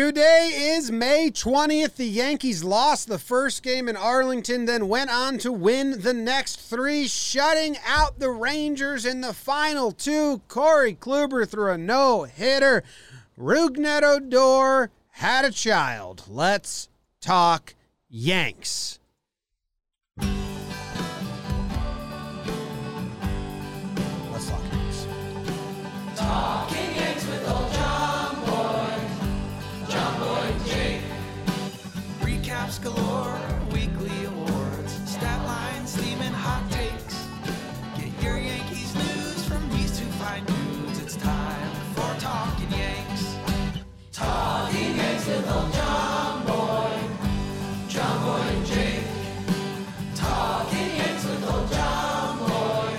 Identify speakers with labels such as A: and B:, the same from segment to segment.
A: Today is May 20th. The Yankees lost the first game in Arlington, then went on to win the next three, shutting out the Rangers in the final two. Corey Kluber threw a no hitter. Rugnet Odor had a child. Let's talk Yanks. Let's talk Yanks.
B: Recaps galore, weekly awards, stat lines, theme, and hot takes. Get your Yankees news from these two fine dudes. It's time for Talking Yanks. Talking Yanks with old John Boy, John Boy and Jake. Talking Yanks with old John Boy,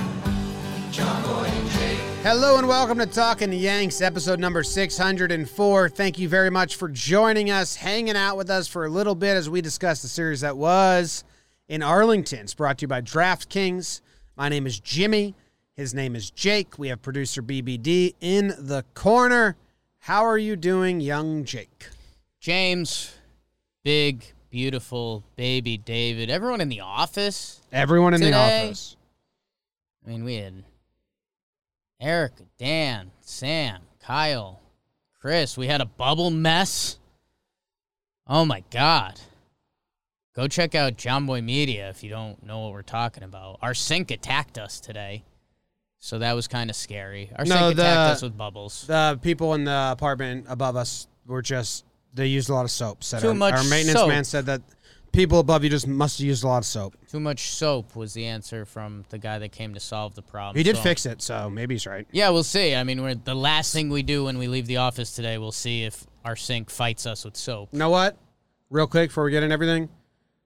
B: John Boy and Jake.
A: Hello and welcome to Talking Yanks, episode number 604. Thank you very much for joining us, hanging out with us for a little bit as we discuss the series that was in Arlington. It's brought to you by DraftKings. My name is Jimmy. His name is Jake. We have producer BBD in the corner. How are you doing, young Jake?
C: James, big, beautiful baby David, everyone in the office.
A: Everyone in the
C: Today-
A: office.
C: I mean, we had Erica, Dan, Sam, Kyle, Chris. We had a bubble mess. Oh my God. Go check out John Boy Media if you don't know what we're talking about. Our sink attacked us today. So that was kind of scary. Our
A: No,
C: sink
A: the-
C: attacked us with bubbles.
A: The people in the apartment above us were just they used a lot of soap. Said
C: Too
A: our,
C: much
A: our maintenance
C: soap.
A: man said that people above you just must have used a lot of soap.
C: Too much soap was the answer from the guy that came to solve the problem.
A: He did
C: So-
A: fix it, so maybe he's right.
C: Yeah, we'll see. I mean, we're the last thing we do when we leave the office today. We'll see if our sink fights us with soap.
A: You know what? Real quick before we get in everything,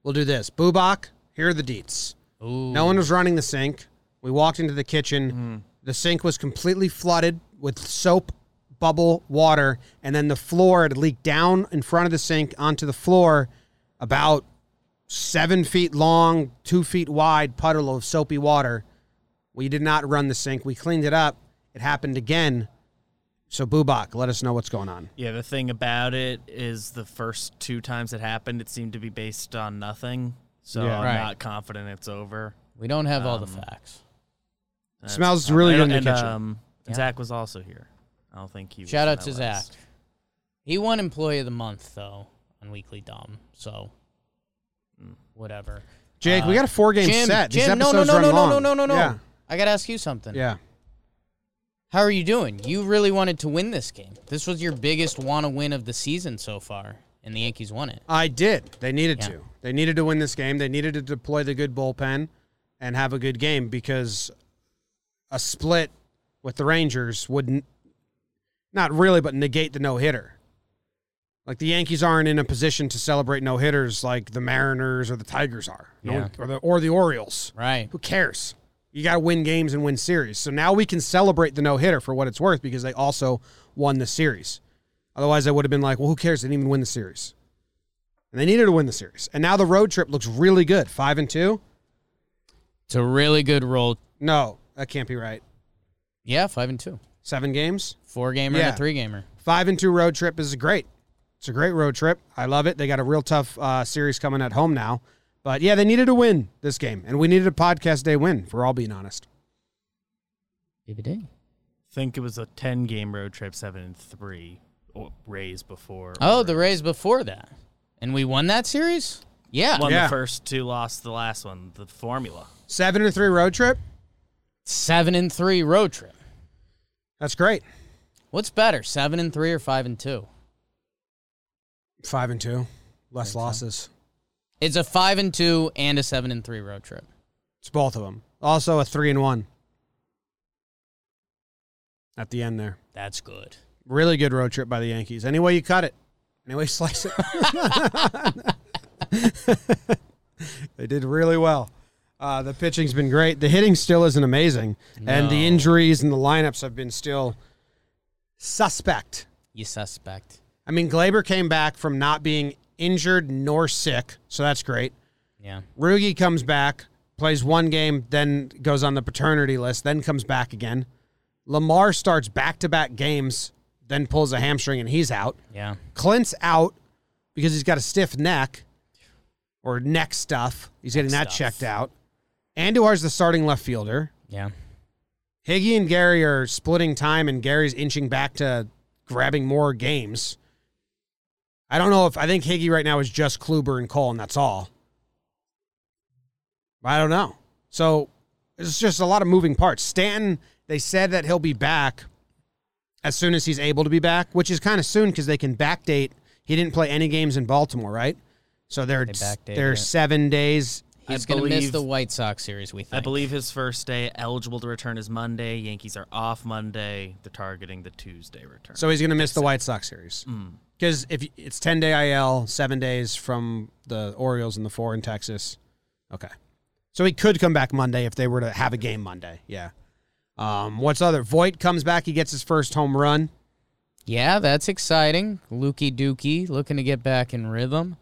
A: we'll do this. Boobach, here are the deets.
C: Ooh, Mm-hmm.
A: No one was running the sink. We walked into the kitchen. The sink was completely flooded with soap, bubble, water, and then the floor had leaked down in front of the sink onto the floor about seven feet long, two feet wide puddle of soapy water. We did not run the sink. We cleaned it up. It happened again. So, Boobach, let us know what's going on.
D: Yeah, the thing about it is the first two times it happened, it seemed to be based on nothing. So
A: Yeah.
D: I'm
C: Right.
D: not confident it's over.
C: we don't have all the facts.
D: That's-
A: Smells really good in the
D: and,
A: kitchen.
D: Um, Zach was also here. I don't think he. was
C: Shout
D: in
C: out
D: that
C: to Zach.
D: last.
C: He won Employee of the Month though on Weekly Dumb. So whatever.
A: Jake, we got a four game
C: uh, Jim,
A: set. These
C: Jim, no, no,
A: episodes
C: no,
A: run
C: no, no, no,
A: long.
C: no, no, no.
A: Yeah.
C: I gotta ask you something.
A: Yeah.
C: How are you doing? You really wanted to win this game. This was your biggest want to win of the season so far, and the Yankees won it.
A: I did. They needed
C: Yeah.
A: to. They needed to win this game. They needed to deploy the good bullpen and have a good game because a split with the Rangers would n- not really, but negate the no hitter. Like the Yankees aren't in a position to celebrate no hitters like the Mariners or the Tigers are, No one- or the or the Orioles.
C: Right.
A: Who cares? You got to win games and win series. So now we can celebrate the no hitter for what it's worth because they also won the series. Otherwise, I would have been like, well, who cares? They didn't even win the series. And they needed to win the series. And now the road trip looks really good. Five and two?
C: It's a really good roll.
A: No, that can't be right.
C: Yeah, five and two.
A: Seven games?
C: Four gamer and
A: Yeah.
C: a three gamer.
A: Five and two road trip is great. It's a great road trip. I love it. They got a real tough uh, series coming at home now. But yeah, they needed to win this game. And we needed a podcast day win, if we're all being honest.
C: DVD.
D: Think it was a ten game road trip, seven and three. Or Rays before.
C: Oh, the Rays before that. And we won that series? Yeah.
D: won
A: Yeah.
D: the first two, lost the last one. The formula.
A: Seven and three road trip?
C: Seven and three road trip.
A: That's great.
C: What's better, seven and three or five and two?
A: Five and two, less losses.
C: It's a five and two and a seven and three road trip.
A: It's both of them. Also a three and one at the end there.
C: That's good.
A: Really good road trip by the Yankees. Any way you cut it, any way you slice it, they did really well. Uh, the pitching's been great. The hitting still isn't amazing, and the
C: No.
A: injuries and the lineups have been still suspect.
C: You suspect.
A: I mean, Glaber came back from not being injured nor sick, so that's great.
C: Yeah.
A: Rugi comes back, plays one game, then goes on the paternity list, then comes back again. Lamar starts back to back games, then pulls a hamstring and he's out.
C: Yeah.
A: Clint's out because he's got a stiff neck or neck stuff. He's getting that
C: stuff.
A: checked out. Andujar's the starting left fielder.
C: Yeah.
A: Higgy and Gary are splitting time, and Gary's inching back to grabbing more games. I don't know if I think Higgy right now is just Kluber and Cole, and that's all. I don't know. So it's just a lot of moving parts. Stanton, they said that he'll be back as soon as he's able to be back, which is kind of soon because they can backdate. He didn't play any games in Baltimore, right? So they're
C: They backdated
A: they're
C: it.
A: seven days.
C: He's
D: I
C: going to miss
D: believe-
C: the White Sox series, we think.
D: I believe his first day eligible to return is Monday. Yankees are off Monday. They're targeting the Tuesday return.
A: So he's going to miss the White Sox series
C: Mm.
A: because if y- it's ten day IL, seven days from the Orioles and the four in Texas. Okay, so he could come back Monday if they were to have a game Monday. Yeah. Um, what's other? Voight comes back. He gets his first home run.
C: Yeah, that's exciting. Lukey Dookie looking to get back in rhythm.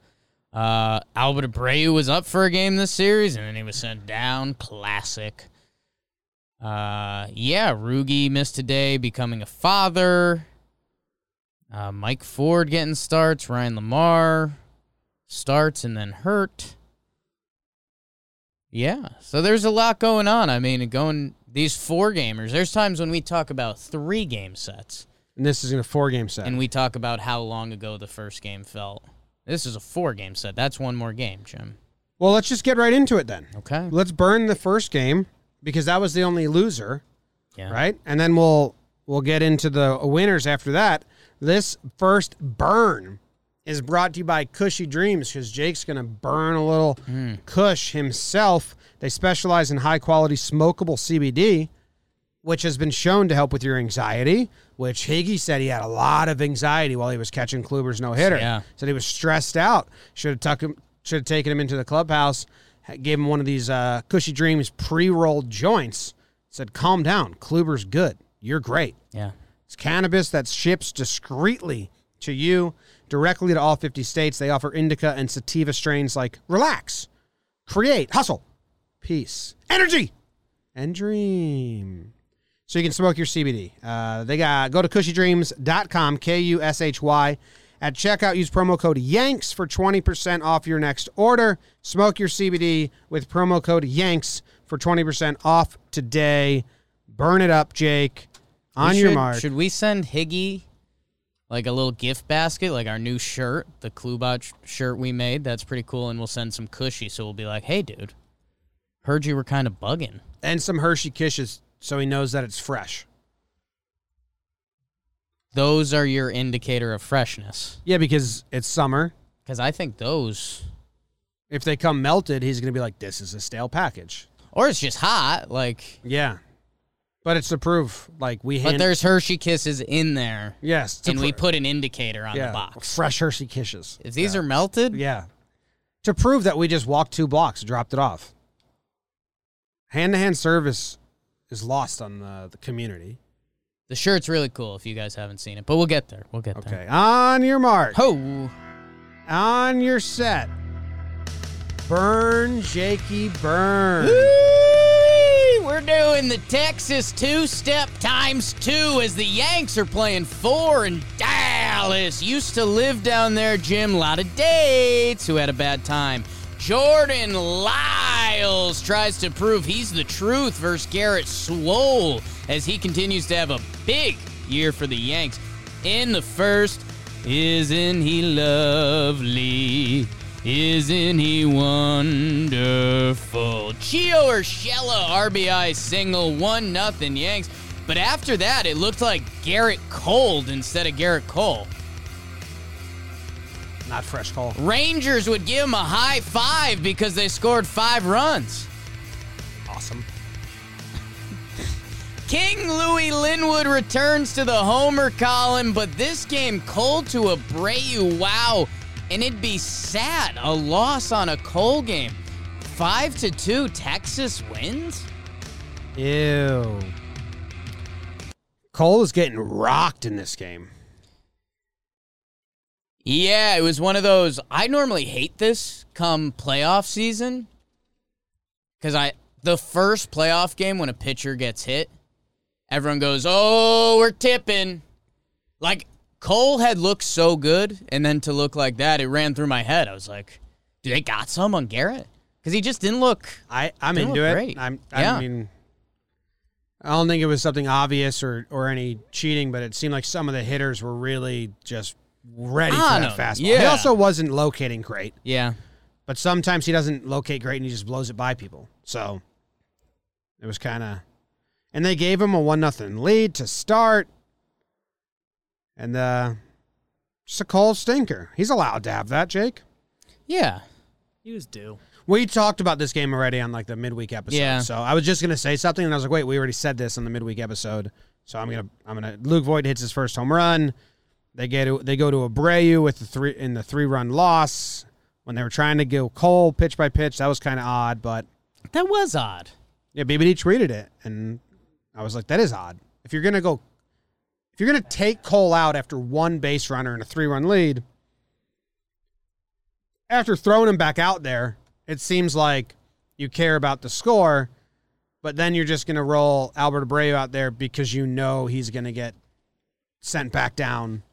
C: Uh, Albert Abreu was up for a game this series, and then he was sent down. Classic. Uh, yeah, Rugi missed today, becoming a father. Uh, Mike Ford getting starts. Ryan Lamar starts and then hurt. Yeah, so there's a lot going on. I mean, going these four gamers. There's times when we talk about three game sets
A: And this is in a four game set.
C: and we talk about how long ago the first game felt. This is a four game set. That's one more game, Jim.
A: well, let's just get right into it then.
C: Okay.
A: Let's burn the first game because that was the only loser.
C: Yeah.
A: right? And then we'll we'll get into the winners after that. This first burn is brought to you by Cushy Dreams because Jake's gonna burn a little Cush himself. They specialize in high quality smokable CBD, which has been shown to help with your anxiety. Which Higgy said he had a lot of anxiety while he was catching Kluber's no hitter.
C: Yeah.
A: Said he was stressed out. Should have tuck him. Should have taken him into the clubhouse. ha- Gave him one of these uh, Cushy Dreams pre-rolled joints. Said, "Calm down. Kluber's good. You're great.
C: Yeah.
A: It's cannabis that ships discreetly to you, directly to all 50 states. They offer indica and sativa strains like relax, create, hustle, peace, energy, and dream." So you can smoke your CBD. Uh, they got go to cushydreams.com, K U S H Y. At checkout, use promo code YANKS for 20% off your next order. Smoke your CBD with promo code YANKS for 20% off today. Burn it up, Jake.
C: We
A: On your
C: should-
A: mark.
C: Should we send Higgy like a little gift basket, like our new shirt, the Klubot sh- shirt we made? That's pretty cool. And we'll send some cushy. So we'll be like, hey, dude, heard you were kind of bugging.
A: and some Hershey Kisses so he knows that it's fresh.
C: Those are your indicator of freshness.
A: Yeah, because it's summer.
C: Because I think those,
A: If they come melted, he's going to be like, this is a stale package.
C: or it's just hot. Like,
A: Yeah. But it's to prove, like, we
C: but
A: hand-
C: there's Hershey Kisses in there.
A: Yes. it's to
C: And we
A: prove-
C: put an indicator on the box.
A: Fresh Hershey Kisses.
C: If these are melted,
A: Yeah. To prove that we just walked two blocks, dropped it off. Hand to hand service is lost on the, the community.
C: The shirt's really cool if you guys haven't seen it, but we'll get there. We'll get there.
A: Okay. On your mark.
C: Ho!
A: On your set. Burn, Jakey, burn.
C: Whee! We're doing the Texas two step times two as the Yanks are playing four in Dallas. Used to live down there, Jim. Lot of dates who had a bad time. Jordan Lyles tries to prove he's the truth versus Garrett Swole as he continues to have a big year for the Yanks. In the first, isn't he lovely? Isn't he wonderful? Gio Urshela RBI single, 1 nothing Yanks. But after that, it looked like Garrett Cold instead of Garrett Cole.
A: Not fresh call.
C: Rangers would give him a high five because they scored five runs.
A: Awesome.
C: King Louis Linwood returns to the homer column, but this game Cole to Abreu. Wow, and it'd be sad a loss on a Cole game. Five to two, Texas wins.
A: Ew. Cole is getting rocked in this game.
C: Yeah, it was one of those. I normally hate this come playoff season because I the first playoff game when a pitcher gets hit, everyone goes, "Oh, we're tipping." Like Cole had looked so good, and then to look like that, it ran through my head. I was like, "Do they got some on Garrett?" Because he just didn't look.
A: I, I'm
C: They look
A: into it.
C: great.
A: I'm, I
C: Yeah.
A: mean, I don't think it was something obvious or, or any cheating, but it seemed like some of the hitters were really just ready for
C: On
A: that
C: him,
A: fastball. He
C: yeah.
A: also wasn't locating great,
C: Yeah,
A: but sometimes he doesn't locate great and he just blows it by people. So it was kind of, and they gave him a one nothing lead to start, and uh, just a cold stinker. He's allowed to have that, Jake.
C: yeah.
D: He was due.
A: We talked about this game already on like the midweek episode.
C: Yeah.
A: So I was just gonna say something, and I was like, "Wait, we already said this on the midweek episode." So I'm gonna, I'm gonna. Luke Voigt hits his first home run. They get, to, they go to Abreu with the three in the three run loss when they were trying to go Cole pitch by pitch. That was kind of odd, but
C: That was odd.
A: yeah, BBD treated it, and I was like, "That is odd." If you're gonna go, if you're gonna take Cole out after one base runner and a three run lead, after throwing him back out there, it seems like you care about the score, but then you're just gonna roll Albert Abreu out there because you know he's gonna get sent back down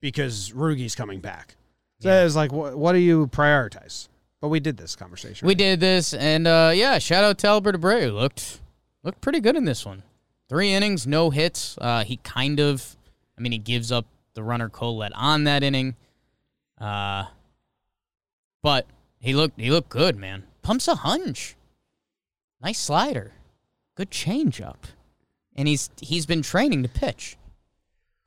A: because Rugi's coming back. So it was like, what, what do you prioritize? But we did this conversation.
C: We did this, and uh, yeah, shout out to Albert Abreu. Looked looked pretty good in this one. Three innings, no hits. Uh, he kind of, I mean, he gives up the runner Colette on that inning, uh, but he looked he looked good, man. Pumps a hunch, nice slider, good changeup, and he's he's been training to pitch.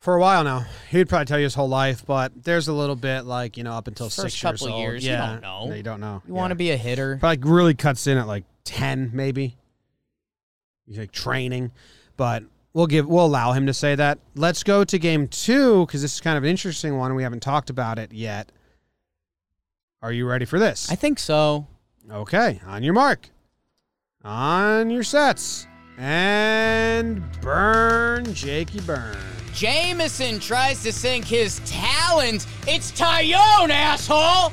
A: for a while now. He'd probably tell you his whole life, but there's a little bit like you know up until
C: First
A: six
C: couple
A: years old.
C: years, you
A: yeah,
C: don't know.
A: Yeah, you don't know.
C: You want to be a hitter?
A: probably like, really cuts in at like ten, maybe. He's like training, but we'll give we'll allow him to say that. Let's go to game two because this is kind of an interesting one. We haven't talked about it yet. Are you ready for this?
C: I think so.
A: Okay, on your mark, on your sets, and burn, Jakey burn.
C: Jameson tries to sink his talons. It's Tyone, asshole!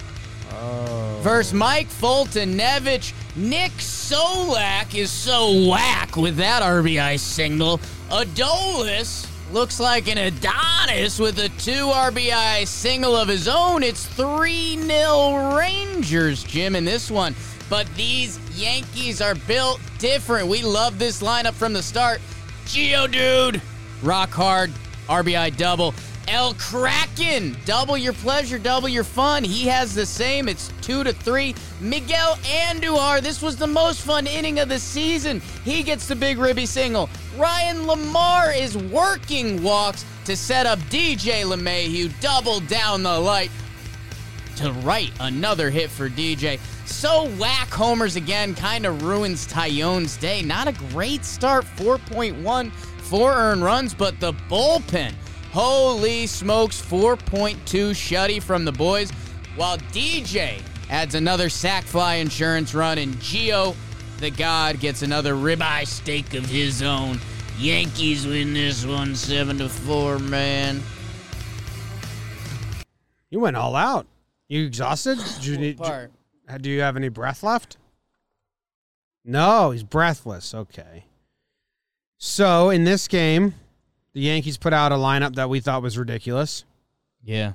C: Versus Mike Fulton Nevich. Nick Solak is so whack with that RBI single. Adolis looks like an Adonis with a two RBI single of his own. It's 3 0 Rangers, Jim, in this one. But these Yankees are built different. We love this lineup from the start. Geodude, rock hard, RBI double. El Kraken, double your pleasure, double your fun. He has the same. It's two to three. Miguel Andujar, this was the most fun inning of the season. He gets the big ribby single. Ryan Lamar is working walks to set up DJ LeMahieu, double down the light to right. Another hit for DJ. So whack homers again kind of ruins Tyone's day. Not a great start, 4.1, four earned runs, but the bullpen. Holy smokes, 4.2 shutty from the boys. While DJ adds another sack fly insurance run, and Geo, the god, gets another ribeye steak of his own. Yankees win this one 7 to 4, man.
A: You went all out. You exhausted? Do you, need,
C: Part.
A: do, do you have any breath left? No, he's breathless. Okay. So in this game, the Yankees put out a lineup that we thought was ridiculous,
C: Yeah.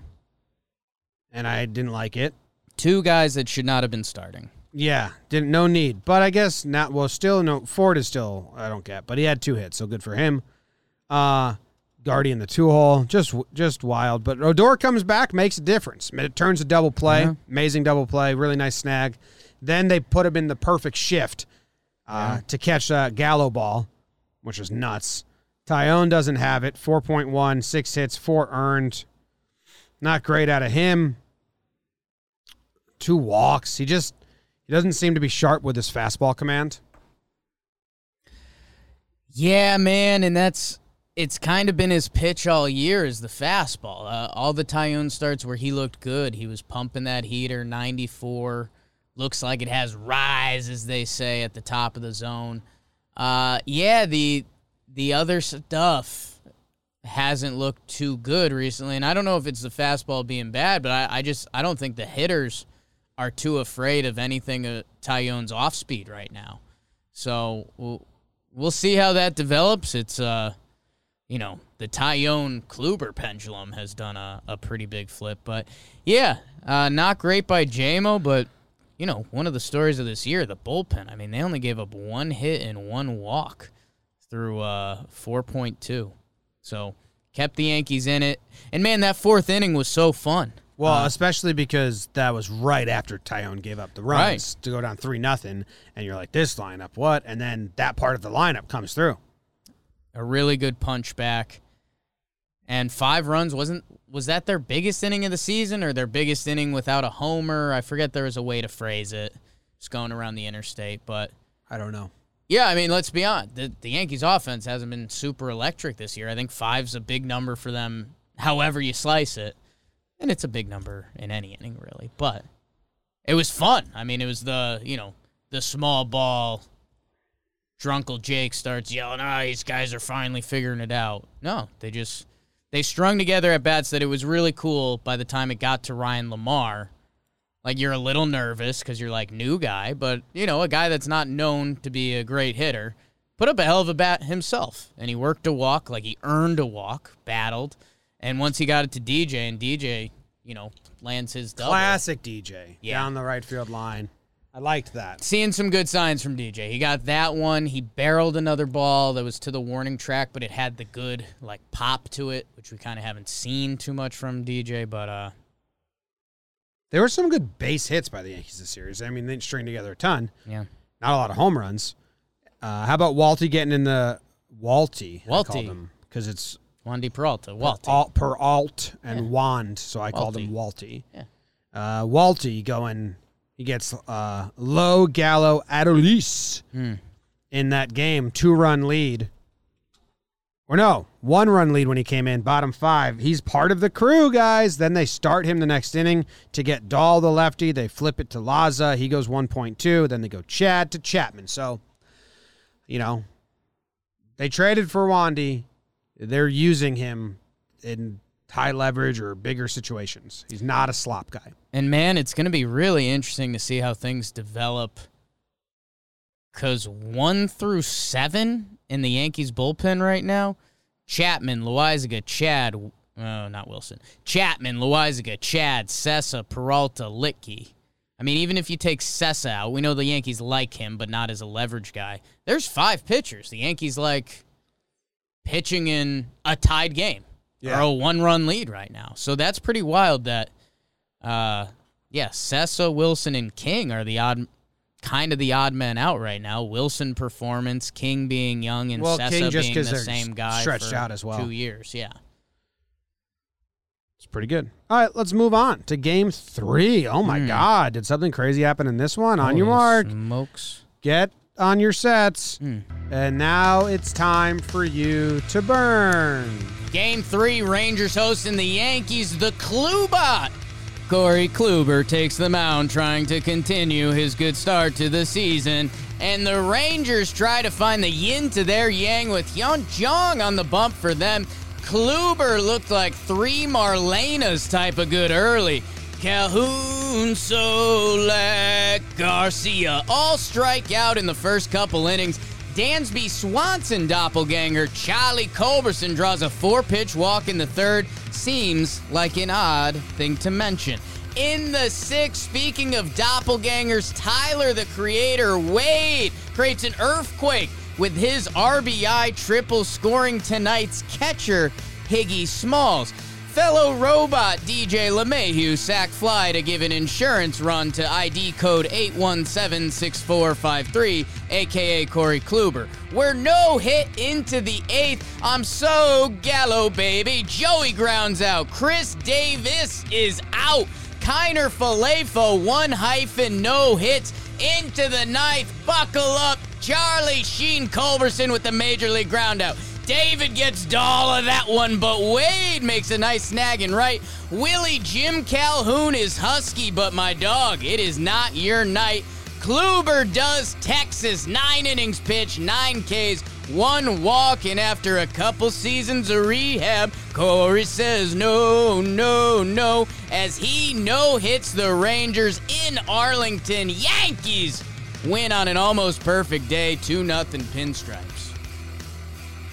A: and I didn't like it.
C: Two guys that should not have been starting.
A: Yeah, didn't no need. But I guess not. Well, still no. Ford is still I don't get, but he had two hits, so good for him. Uh Guardian the two hole, just just wild. But Odor comes back, makes a difference. It turns a double play,
C: Yeah.
A: amazing double play, really nice snag. Then they put him in the perfect shift uh, to catch a Gallo ball, which is nuts. Tyone doesn't have it. 4.1, six hits, four earned. Not great out of him. Two walks. He just he doesn't seem to be sharp with his fastball command.
C: Yeah, man, and that's it's kind of been his pitch all year is the fastball. Uh, all the Tyone starts where he looked good, he was pumping that heater, 94. Looks like it has rise, as they say, at the top of the zone. Uh, yeah, the the other stuff hasn't looked too good recently, and I don't know if it's the fastball being bad, but I, I just I don't think the hitters are too afraid of anything uh, Tyone's off speed right now. So we'll, we'll see how that develops. It's uh, you know, the Tyone Kluber pendulum has done a, a pretty big flip. But yeah, uh, not great by JMO, but you know, one of the stories of this year, the bullpen. I mean, they only gave up one hit and one walk through uh, 4.2. So kept the Yankees in it. And man, that fourth inning was so fun.
A: Well, especially because that was right after Tyone gave up the runs to go down three nothing, and you're like, this lineup, what? And then that part of the lineup comes through.
C: a really good punch back and five runs wasn't was that their biggest inning of the season or their biggest inning without a homer i forget there was a way to phrase it just going around the interstate but
A: I don't know.
C: yeah i mean let's be honest the, the yankees offense hasn't been super electric this year i think five's a big number for them however you slice it and it's a big number in any inning really but it was fun i mean it was the you know the small ball drunkle jake starts yelling ah these guys are finally figuring it out no they just they strung together at bats that it was really cool by the time it got to ryan lamar like you're a little nervous because you're like new guy but you know a guy that's not known to be a great hitter put up a hell of a bat himself and he worked a walk like he earned a walk battled and once he got it to dj and dj you know lands his double
A: Classic DJ
C: Yeah.
A: down the right field line. I liked that.
C: seeing some good signs from DJ. He got that one. He barreled another ball that was to the warning track, but it had the good like pop to it, which we kind of haven't seen too much from DJ. But uh,
A: There were some good base hits by the Yankees this series. I mean, they stringed together a ton.
C: yeah,
A: Not a lot of home runs. Uh, how about Walty getting in the Walty?
C: Walty.
A: because it's
C: Juan Di Peralta, Walt.
A: Alt, per alt and wand, so I called
C: Walty.
A: him Walty.
C: Yeah.
A: Uh, Walty going, he gets uh, low Gallo Adolis in that game, two run lead. Or no, one run lead when he came in, bottom five. He's part of the crew, guys. Then they start him the next inning to get Dahl the lefty. They flip it to Laza. He goes 1.2. Then they go Chad to Chapman. So, you know, they traded for Wandy. They're using him in high leverage or bigger situations. He's not a slop guy.
C: And man, it's going to be really interesting to see how things develop. Because one through seven in the Yankees bullpen right now Chapman, Loizaga, Chad, oh, not Wilson. Chapman, Loizaga, Chad, Sessa, Peralta, Litke. I mean, even if you take Sessa out, we know the Yankees like him, but not as a leverage guy. There's five pitchers. The Yankees like pitching in a tied game
A: Yeah.
C: or a one run lead right now. So that's pretty wild that uh, yeah, Sessa, Wilson, and King are the odd, kind of the odd men out right now. Wilson performance, King being young, and
A: Well,
C: Sessa
A: King just
C: being
A: 'cause
C: the
A: they're
C: same guy
A: stretched
C: for
A: out as well.
C: Two years, yeah.
A: It's pretty good. All right, let's move on to game three. Oh my God. Did something crazy happen in this one? On your
C: Holy
A: mark,
C: smokes.
A: get on your sets. And now it's time for you to burn.
C: Game three, Rangers hosting the Yankees. The Klubot. Corey Kluber takes the mound, trying to continue his good start to the season. And the Rangers try to find the yin to their yang with Hyun Jong on the bump for them. Kluber looked like three Marlenas type of good early. Calhoun, Solak, Garcia all strike out in the first couple innings. Dansby Swanson doppelganger Charlie Culberson draws a four pitch walk in the third. Seems like an odd thing to mention. In the sixth, speaking of doppelgangers, Tyler the creator Wade creates an earthquake with his RBI triple scoring tonight's catcher, Higgy Smalls. Fellow robot DJ LeMahieu sack fly to give an insurance run to ID code 8176453, aka Corey Kluber. We're no hit into the eighth. I'm so gallo, baby. Joey grounds out. Chris Davis is out. Kiner Falafo, one hyphen, no hits. Into the ninth. Buckle up. Charlie Sheen Culverson with the major league ground out. David gets doll of that one, but Wade makes a nice snag and right. Willie Jim Calhoun is husky, but my dog, it is not your night. Kluber does Texas, nine innings pitch, nine Ks, one walk, and after a couple seasons of rehab, Corey says no, no, no, as he no hits the Rangers in Arlington. Yankees win on an almost perfect day, 2 0 pinstripes.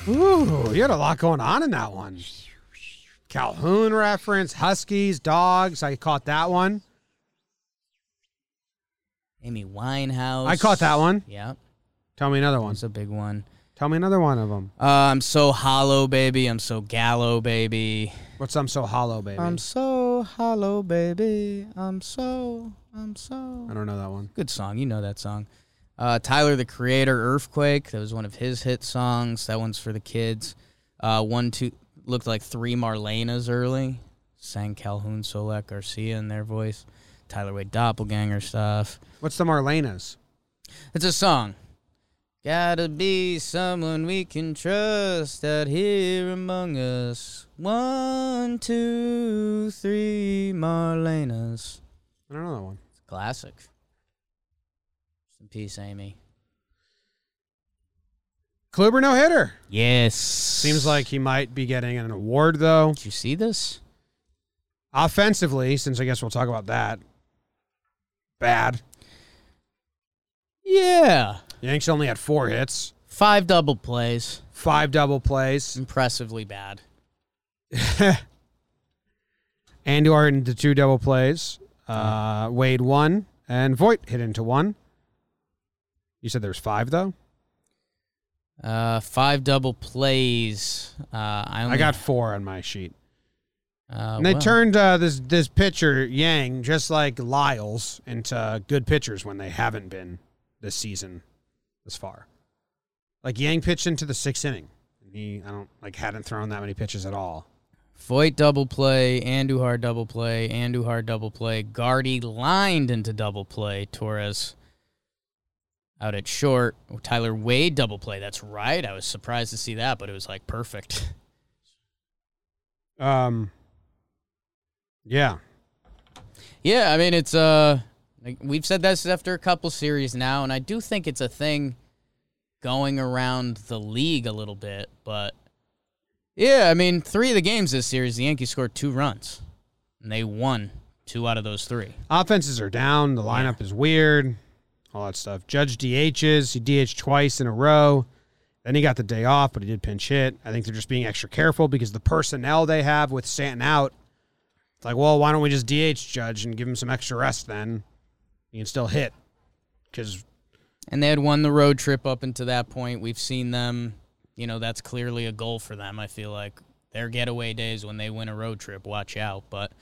A: Ooh, you had a lot going on in that one. Calhoun reference, Huskies, dogs. I caught that one.
C: Amy Winehouse.
A: I caught that one.
C: Yeah,
A: Tell me another one.
C: that's a big one.
A: Tell me another one of them.
C: Uh, I'm so hollow, baby. I'm so gallow, baby.
A: What's I'm so hollow, baby?
C: I'm so hollow, baby. I'm so, I'm so.
A: I don't know that one.
C: Good song. You know that song. Uh, Tyler the Creator, Earthquake. That was one of his hit songs. That one's for the kids. Uh, one, two, looked like three Marlenas early. Sang Calhoun, Solak, Garcia in their voice. Tyler Wade Doppelganger stuff.
A: What's the Marlenas?
C: It's a song. Gotta be someone we can trust out here among us. One, two, three, Marlena's.
A: I don't know that one.
C: It's a classic. Rest in peace, Amy.
A: Kluber no hitter.
C: Yes.
A: Seems like he might be getting an award though.
C: Did you see this?
A: Offensively, since I guess we'll talk about that. Bad.
C: Yeah.
A: Yanks only had four hits,
C: Five double plays.
A: five double plays,
C: Impressively bad.
A: and are into two double plays. Uh, Wade one and Voigt hit into one. You said there's five though.
C: Uh, five double plays. Uh, I, only,
A: I got four on my sheet.
C: Uh,
A: And they
C: well,
A: turned uh, this this pitcher Yang, just like Lyles, into good pitchers when they haven't been this season, this far. Like Yang pitched into the sixth inning, and he I don't like hadn't thrown that many pitches at all.
C: Voigt double play, Andujar double play, Andujar double play, Guardy lined into double play, Torres out at short, Tyler Wade double play. That's right. I was surprised to see that, but it was like perfect.
A: Um, yeah,
C: Yeah, I mean it's uh like we've said this after a couple series now, and I do think it's a thing going around the league a little bit, but yeah, I mean three of the games this series the Yankees scored two runs. And they won two out of those three.
A: offenses are down. The lineup is weird, all that stuff. Judge DHs. He DH twice in a row. Then he got the day off, but he did pinch hit. I think they're just being extra careful because the personnel they have with Stanton out. It's like, well, why don't we just DH Judge and give him some extra rest? Then he can still hit because
C: And they had won the road trip up until that point. We've seen them, you know, that's clearly a goal for them. I feel like their getaway days when they win a road trip, watch out. But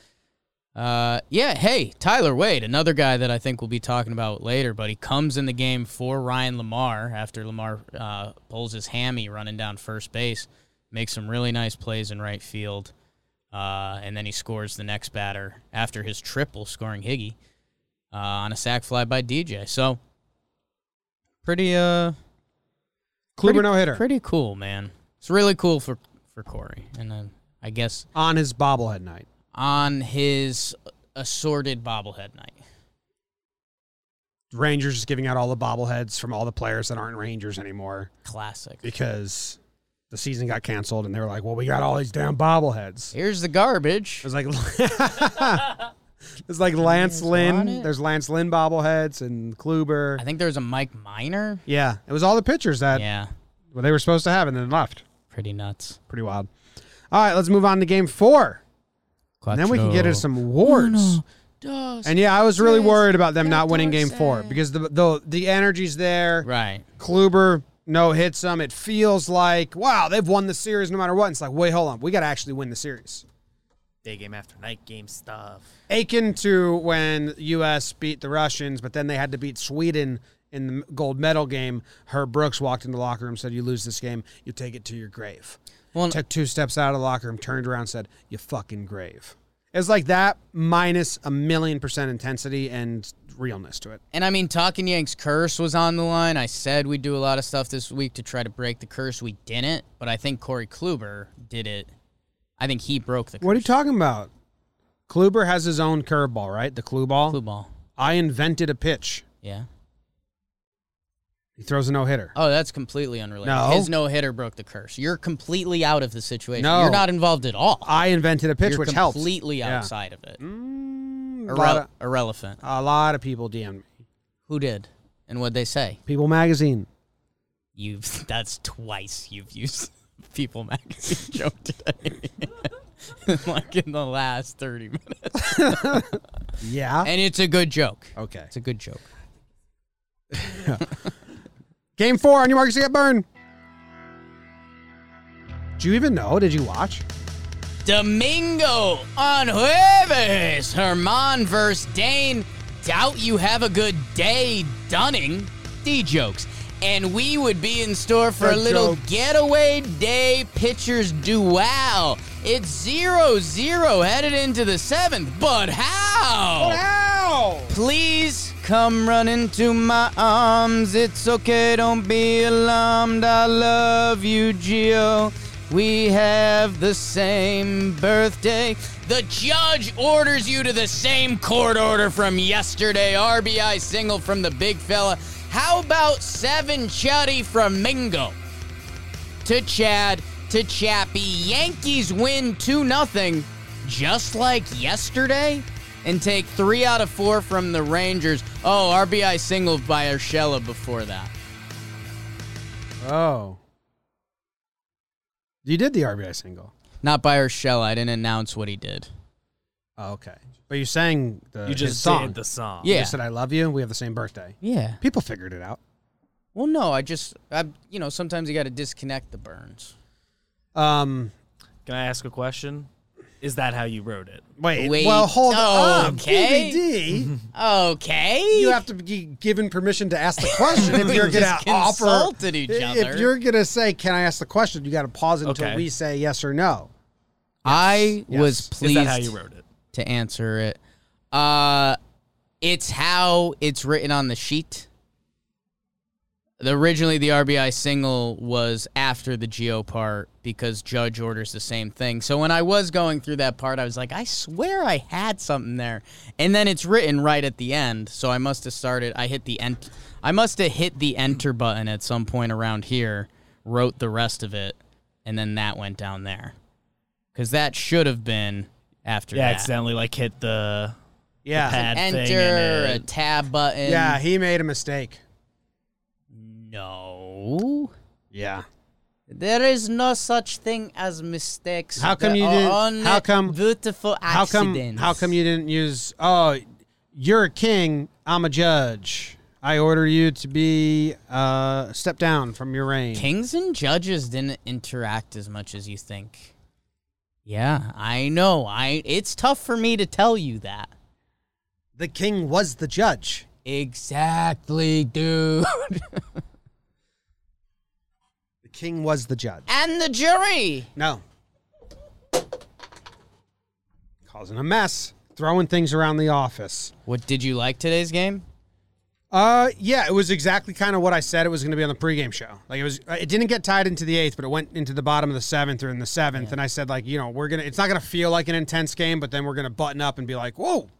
C: uh, yeah, hey, Tyler Wade, another guy that I think we'll be talking about later, but he comes in the game for Ryan Lamar after Lamar uh, pulls his hammy running down first base, makes some really nice plays in right field. Uh, and then he scores the next batter after his triple scoring Higgy uh, on a sac fly by DJ. So pretty uh
A: Kluber
C: pretty-
A: no hitter
C: Pretty cool, man. It's really cool for for Corey, and then I guess
A: on his bobblehead night.
C: on his assorted bobblehead night.
A: Rangers is giving out all the bobbleheads from all the players that aren't Rangers anymore.
C: Classic.
A: because the season got canceled and they were like, well, we got all these damn bobbleheads. It
C: Here's the garbage.
A: was like, it's like Lance
C: Here's on
A: Lynn.
C: it.
A: There's Lance Lynn bobbleheads and Kluber.
C: I think there was a Mike Miner.
A: Yeah, it was all the pitchers that
C: Yeah,
A: they were supposed to have and then left.
C: pretty nuts.
A: Pretty wild. All right, let's move on to game four. And then we can get into some awards. And yeah, I was really worried about them not winning game four because the the, the energy's there.
C: right.
A: Kluber no hits them. It feels like wow, they've won the series no matter what. And it's like wait, hold on, we got to actually win the series.
D: Day game after night game stuff.
A: akin to when U.S. beat the Russians, but then they had to beat Sweden in the gold medal game. Her Brooks walked in the locker room, said, "You lose this game, you take it to your grave."
C: Well,
A: Took two steps out of the locker room, turned around, said, "You fucking grave." It's like that minus a million percent intensity and realness to it.
C: And I mean, Talking Yanks curse was on the line. I said we'd do a lot of stuff this week to try to break the curse. We didn't, but I think Corey Kluber did it. I think he broke the curse.
A: What are you talking about? Kluber has his own curveball, right? The clue ball.
C: Blue ball.
A: I invented a pitch.
C: Yeah.
A: He throws a no hitter.
C: Oh, that's completely unrelated.
A: No.
C: His no hitter broke the curse. You're completely out of the situation.
A: No.
C: You're not involved at all.
A: I invented a pitch,
C: You're
A: which helps.
C: completely
A: Yeah.
C: outside of it.
A: Mm,
C: Irre-
A: lot of-
C: irrelevant.
A: A lot of people DM me.
C: Who did? And what'd they say?
A: People Magazine.
C: You've that's twice you've used People magazine joke today. like in the last 30 minutes.
A: Yeah.
C: And it's a good joke.
A: Okay.
C: It's a good joke.
A: Game four on your markets get burned. Do you even know? Did you watch?
C: Domingo on jueves. Herman versus Dane. Doubt you have a good day, Dunning. D jokes. And we would be in store for a
A: The
C: little
A: jokes.
C: getaway day pitchers duel. It's 0 0 headed into the seventh, but how?
A: Wow.
C: Please come run into my arms. It's okay, don't be alarmed. I love you, Gio. We have the same birthday. The judge orders you to the same court order from yesterday. RBI single from the big fella. How about seven chutty from Mingo? to Chad to Chappie. Yankees win 2 0, just like yesterday, and take three out of four from the Rangers. Oh, RBI single by Urshela before that.
A: Oh. You did the RBI single.
C: Not by Urshela. I didn't announce what he did.
A: Oh, okay. But you sang the
D: You
A: his
D: just
A: song.
D: did the song.
A: You
C: Yeah.
A: just said I love you. We have the same birthday.
C: Yeah.
A: People figured it out.
C: Well, no, I just, I, you know, sometimes you got to disconnect the burns.
A: Um.
D: Can I ask a question? Is that how you wrote it?
A: Wait.
C: Wait,
A: well, hold up.
C: okay.
A: DVD.
C: Okay.
A: You have to be given permission to ask the question if you're going
C: We
A: to
C: just
A: offer.
C: consulted each
A: If
C: other.
A: you're going to say, "Can I ask the question?" You got to pause it until
D: Okay.
A: we say yes or no.
C: I was
A: Yes.
C: pleased.
D: Is that how you wrote it?
C: to answer it. Uh it's how it's written on the sheet. The, originally the RBI single was after the geo part because judge orders the same thing. So when I was going through that part I was like I swear I had something there. And then it's written right at the end. So I must have started I hit the ent- I must have hit the enter button at some point around here, wrote the rest of it and then that went down there. Cuz that should have been after
D: Yeah,
C: that
D: accidentally like hit the
A: Yeah.
D: pad thing.
C: enter
D: and
C: a
D: it-
C: tab button.
A: Yeah. He made a mistake.
C: No.
A: Yeah.
C: There is no such thing as mistakes.
A: How come
C: There
A: you
C: are
A: didn't-
C: only
A: how come-
C: beautiful
A: How
C: accidents?
A: come? How come you didn't use? Oh, you're a king. I'm a judge. I order you to be uh, step down from your reign.
C: kings and judges didn't interact as much as you think? Yeah, I know. I it's tough for me to tell you that.
A: The king was the judge.
C: Exactly, dude.
A: The king was the judge.
C: and the jury.
A: No. Causing a mess, throwing things around the office.
C: What did you like today's game?
A: Uh, yeah, it was exactly kind of what I said it was going to be on the pregame show. Like it was, uh, it didn't get tied into the eighth, but it went into the bottom of the seventh or in the seventh. And I said like, you know, we're gonna, it's not gonna feel like an intense game, but then we're gonna button up and be like, whoa,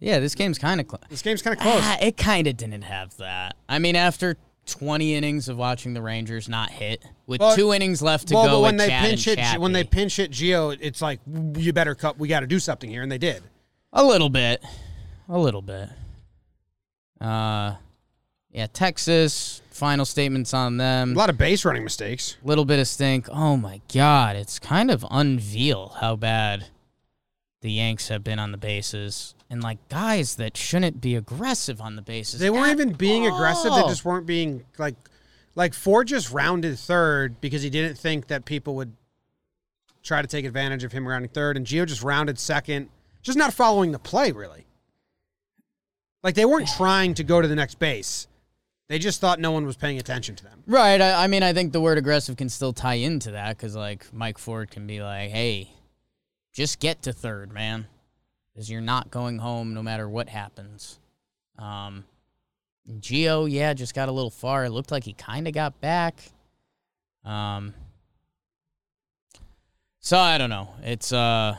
C: Yeah, this game's kind of close.
A: this game's kind of close.
C: Ah, it kind of didn't have that. I mean, after 20 innings of watching the Rangers not hit, with
A: Well,
C: two innings left to
A: well,
C: go,
A: but when
C: with
A: they
C: Chad
A: pinch
C: and
A: it, when they
C: Chappie.
A: pinch it, Geo, it's like you better cut. We got to do something here, and they did.
C: a little bit, a little bit. Uh, yeah, Texas. Final statements on
A: A
C: them.
A: lot of base running mistakes.
C: Little bit of stink. Oh my God, it's kind of unveil how bad the Yanks have been on the bases, and like guys that shouldn't be aggressive on the bases.
A: They weren't
C: at
A: even being aggressive. They
C: all.
A: just weren't being like, like Ford just rounded third because he didn't think that people would try to take advantage of him rounding third, and Gio just rounded second, just not following the play really. Like they weren't trying to go to the next base. They just thought no one was paying attention to them.
C: Right. I, I mean, I think the word aggressive can still tie into that because, like, Mike Ford can be like, hey, just get to third, man, because you're not going home no matter what happens. Um, Geo, yeah, just got a little far. It looked like he kind of got back. Um, so I don't know. It's uh,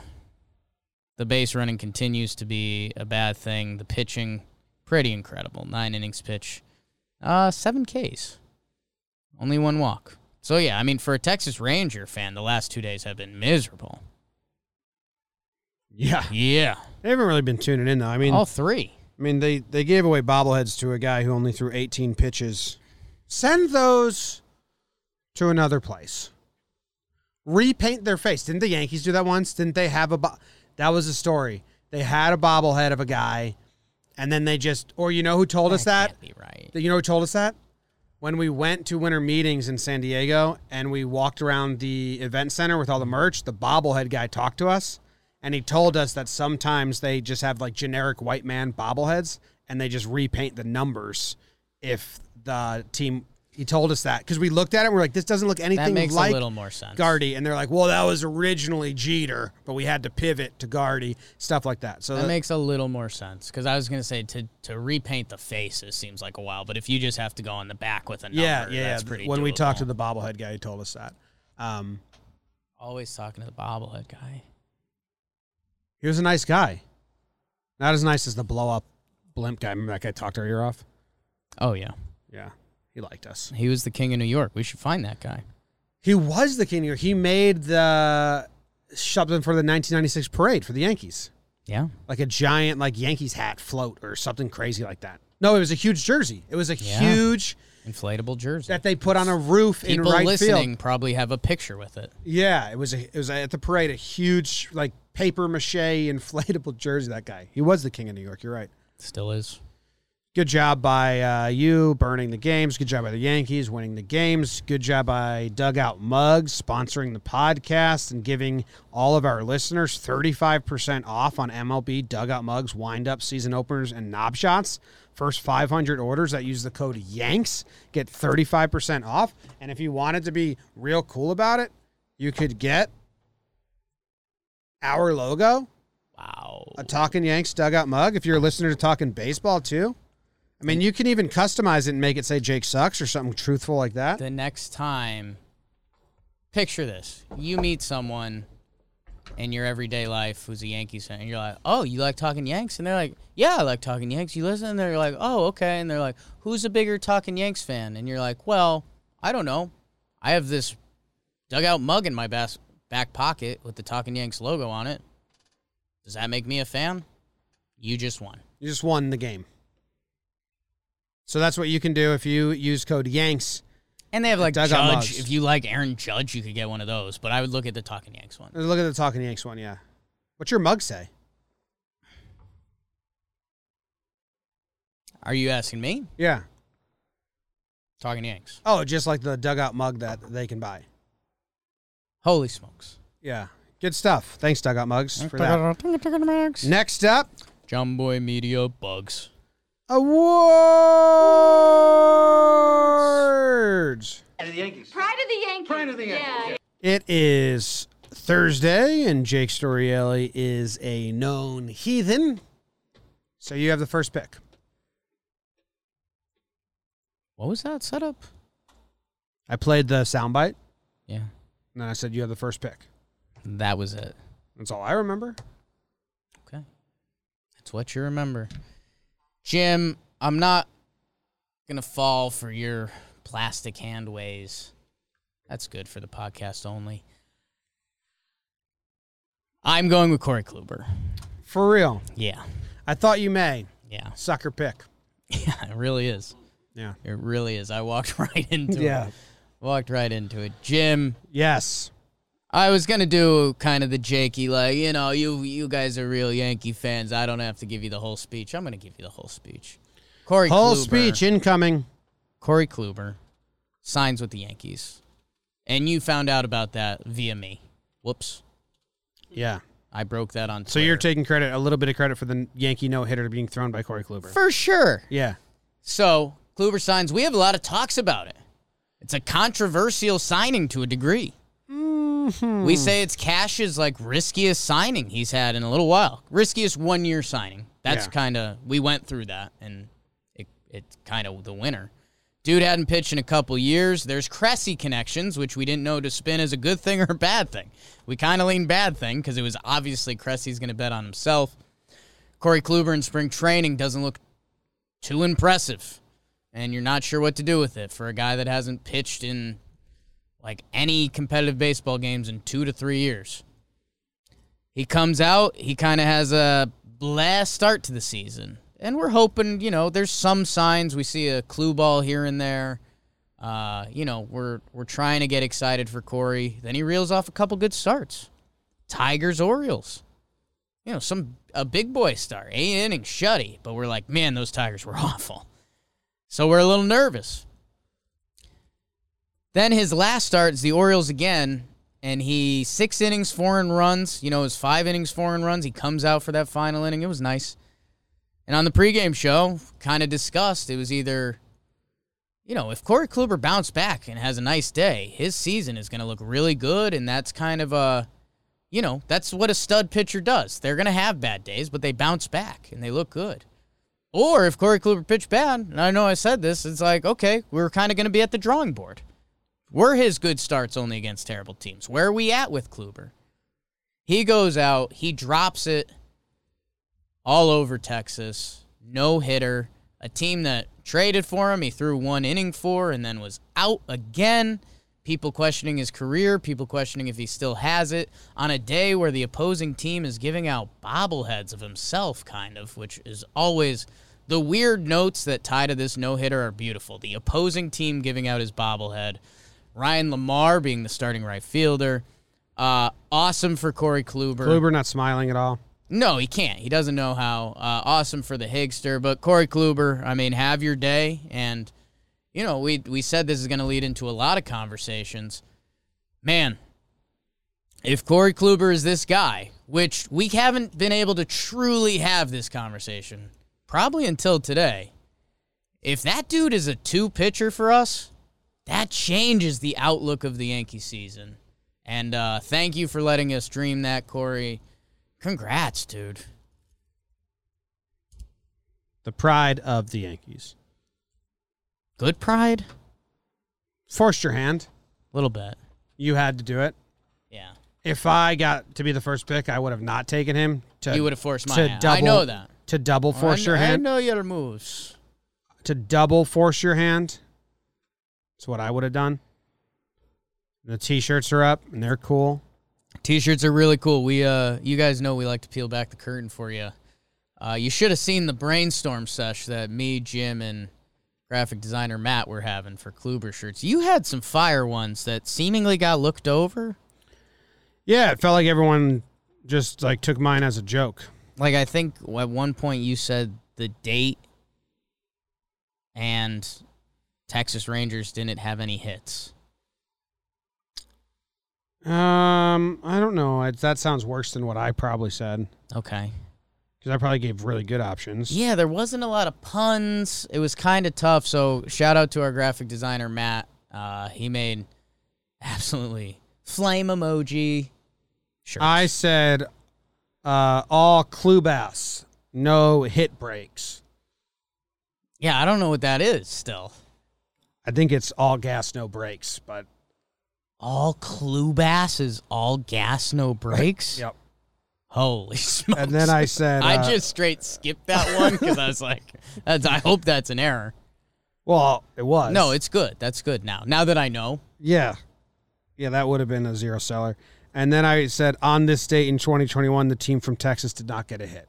C: the base running continues to be a bad thing. The pitching, pretty incredible. Nine innings pitch, uh, seven Ks. Only one walk. So yeah, I mean, for a Texas Ranger fan, the last two days have been miserable.
A: Yeah,
C: Yeah,
A: they haven't really been tuning in though. I mean,
C: all three.
A: I mean they they gave away bobbleheads to a guy who only threw 18 pitches. Send those to another place. repaint their face. Didn't the Yankees do that once? Didn't they have a bo- that was a story. They had a bobblehead of a guy and then they just or you know who told us that?
C: can't be right.
A: You know who told us that? When we went to winter meetings in San Diego and we walked around the event center with all the merch, the bobblehead guy talked to us and he told us that sometimes they just have like generic white man bobbleheads and they just repaint the numbers if the team. He told us that because we looked at it and we're like, this doesn't look anything
C: That makes
A: like
C: a little more sense.
A: Gardy. And they're like, well, that was originally Jeter, but we had to pivot to Gardy, stuff like that. So
C: That
A: that-
C: makes a little more sense because I was gonna say to to repaint the faces seems like a while, but if you just have to go on the back with a number,
A: yeah, yeah,
C: that's
A: yeah.
C: pretty.
A: When we
C: doable.
A: talked to the bobblehead guy, he told us that. Um,
C: always talking to the bobblehead guy.
A: he was a nice guy. Not as nice as the blow up blimp guy. Remember that guy talked our ear off?
C: Oh yeah,
A: Yeah. He liked us.
C: he was the king of New York. We should find that guy.
A: He was the king. of New York. He made the something for the 1996 parade for the Yankees,
C: Yeah,
A: like a giant like Yankees hat float or something crazy like that. No, it was a huge jersey. It was a
C: Yeah.
A: huge
C: inflatable jersey.
A: that they put on a roof in
C: People
A: right
C: listening
A: field.
C: probably have a picture with it.
A: Yeah, it was a, it was at the parade a huge like paper mache inflatable jersey. That guy, he was the king of New York. You're right.
C: Still is.
A: Good job by uh, you burning the games. Good job by the Yankees winning the games. Good job by Dugout Mugs sponsoring the podcast and giving all of our listeners 35% off on MLB Dugout Mugs wind up season openers and knob shots. First 500 orders that use the code YANKS get 35% off. And if you wanted to be real cool about it, you could get our logo
C: Wow.
A: a Talking Yanks dugout mug. If you're a listener to Talking Baseball too, I mean, you can even customize it and make it say Jake sucks or something truthful like that.
C: the next time picture this you meet someone in your everyday life who's a yankees fan and you're like oh you like talking yanks and they're like yeah i like talking yanks you listen and they're like oh okay and they're like who's a bigger talking yanks fan and you're like well i don't know i have this dugout mug in my bas- back pocket with the talking yanks logo on it does that make me a fan you just won
A: You just won the game. So that's what you can do if you use code Yanks.
C: and they have like
A: Dugout
C: judge
A: mugs.
C: if you like aaron judge you could get one of those but i would look at the talking yanks one
A: Look at the Talking Yanks one, yeah. What's your mug say?
C: Are you asking me?
A: Yeah.
C: Talking Yanks.
A: Oh, just like the dugout mug that they can buy.
C: Holy smokes.
A: Yeah. Good stuff. Thanks, dugout mugs, for that. Next up,
C: John Boy Media Bugs.
A: awards.
E: Pride of the Yankees. Pride of the Yankees. Yeah.
A: It is Thursday, and Jake Storielli is a known heathen. So you have the first pick.
C: What was that setup?
A: I played the soundbite,
C: Yeah,
A: and then I said you have the first pick.
C: that was it.
A: That's all I remember.
C: Okay. That's what you remember. Jim, I'm not going to fall for your plastic hand ways. That's good for the podcast only. I'm going with Corey Kluber.
A: For real,
C: Yeah.
A: I thought you may
C: Yeah.
A: sucker pick.
C: Yeah, it really is.
A: Yeah.
C: It really is. I walked right into
A: Yeah.
C: it. Walked right into it. Jim,
A: Yes.
C: I was gonna do kind of the Jakey, like you know, you you guys are real Yankee fans. I don't have to give you the whole speech. I'm gonna give you the whole speech. Corey
A: Whole
C: Kluber,
A: speech incoming.
C: Corey Kluber signs with the Yankees, and you found out about that via me. Whoops,
A: Yeah.
C: I broke that on. Twitter.
A: So you're taking credit, a little bit of credit for the Yankee no hitter being thrown by Corey Kluber.
C: for sure.
A: Yeah.
C: So Kluber signs. We have a lot of talks about it. It's a controversial signing to a degree. We say it's Cash's like riskiest signing he's had in a little while. Riskiest one year signing. That's
A: Yeah.
C: kind of we went through that, and it it's kind of the winner. Dude hadn't pitched in a couple years. There's Cressy connections, which we didn't know to spin as a good thing or a bad thing. We kind of leaned bad thing because it was obviously Cressy's going to bet on himself. Corey Kluber in spring training doesn't look too impressive, and you're not sure what to do with it for a guy that hasn't pitched in like any competitive baseball games in two to three years. He comes out, he kind of has a bleh start to the season. And we're hoping, you know, there's some signs. We see a clue ball here and there. Uh, you know, we're we're trying to get excited for Corey. Then he reels off a couple good starts. Tigers, Orioles. You know, some a big boy start, eight inning shutty, but we're like, man, those Tigers were awful. So we're a little nervous. Then his last start is the Orioles again, and he six innings, four in runs. You know, his five innings, four in runs. He comes out for that final inning. It was nice. And on the pregame show, kind of discussed it was either, you know, if Corey Kluber bounced back and has a nice day, his season is going to look really good, and that's kind of a, you know, that's what a stud pitcher does. They're going to have bad days, but they bounce back and they look good. Or if Corey Kluber pitched bad, and I know I said this, it's like, okay, we're kind of going to be at the drawing board. Were his good starts only against terrible teams? Where are we at with Kluber? He goes out, he drops it all over Texas, no hitter, a team that traded for him, he threw one inning for, and then was out again. People questioning his career, people questioning if he still has it, on a day where the opposing team is giving out bobbleheads of himself, kind of, which is always the weird notes that tie to this no hitter are beautiful. The opposing team giving out his bobblehead, Ryan Lamar being the starting right fielder. Uh, awesome for Corey Kluber.
A: Kluber not smiling at all.
C: No, he can't. He doesn't know how. Uh, awesome for the Higster, but Corey Kluber. I mean, have your day, and you know we we said this is going to lead into a lot of conversations. Man, if Corey Kluber is this guy, which we haven't been able to truly have this conversation probably until today, if that dude is a two pitcher for us, that changes the outlook of the Yankee season. And uh, thank you for letting us dream that, Corey. Congrats, dude.
A: The pride of the Yankees.
C: Good pride?
A: Forced your hand.
C: A little bit.
A: You had to do it.
C: Yeah.
A: If I got to be the first pick, I would have not taken him. To,
C: You would have forced my
A: to
C: hand.
A: Double,
C: I know that.
A: To double force
C: I,
A: your
C: kn-
A: hand.
C: I know your moves.
A: to double force your hand. That's what I would have done. The t-shirts are up and they're cool.
C: T-shirts are really cool. We, uh, you guys know we like to peel back the curtain for you. Uh, you should have seen the brainstorm sesh that me, Jim, and graphic designer Matt were having for Kluber shirts. You had some fire ones that seemingly got looked over.
A: Yeah, it felt like everyone just like took mine as a joke.
C: Like I think at one point you said the date and Texas Rangers didn't have any hits.
A: Um, I don't know. It, that sounds worse than what I probably said
C: Okay.
A: because I probably gave really good options.
C: Yeah, there wasn't a lot of puns. It was kind of tough. So shout out to our graphic designer Matt. Uh, he made absolutely flame emoji. Sure.
A: I said uh, all clue bass, no hit breaks.
C: yeah, I don't know what that is. Still,
A: I think it's all gas, no breaks. But
C: all clue bass is all gas, no brakes.
A: yep.
C: Holy smokes!
A: And then I said, uh,
C: I just straight skipped that one because I was like, that's, I hope that's an error.
A: well, it was
C: No, it's good. That's good now. Now that I know.
A: Yeah. Yeah, that would have been a zero seller. And then I said on this date in 2021, the team from Texas did not get a hit.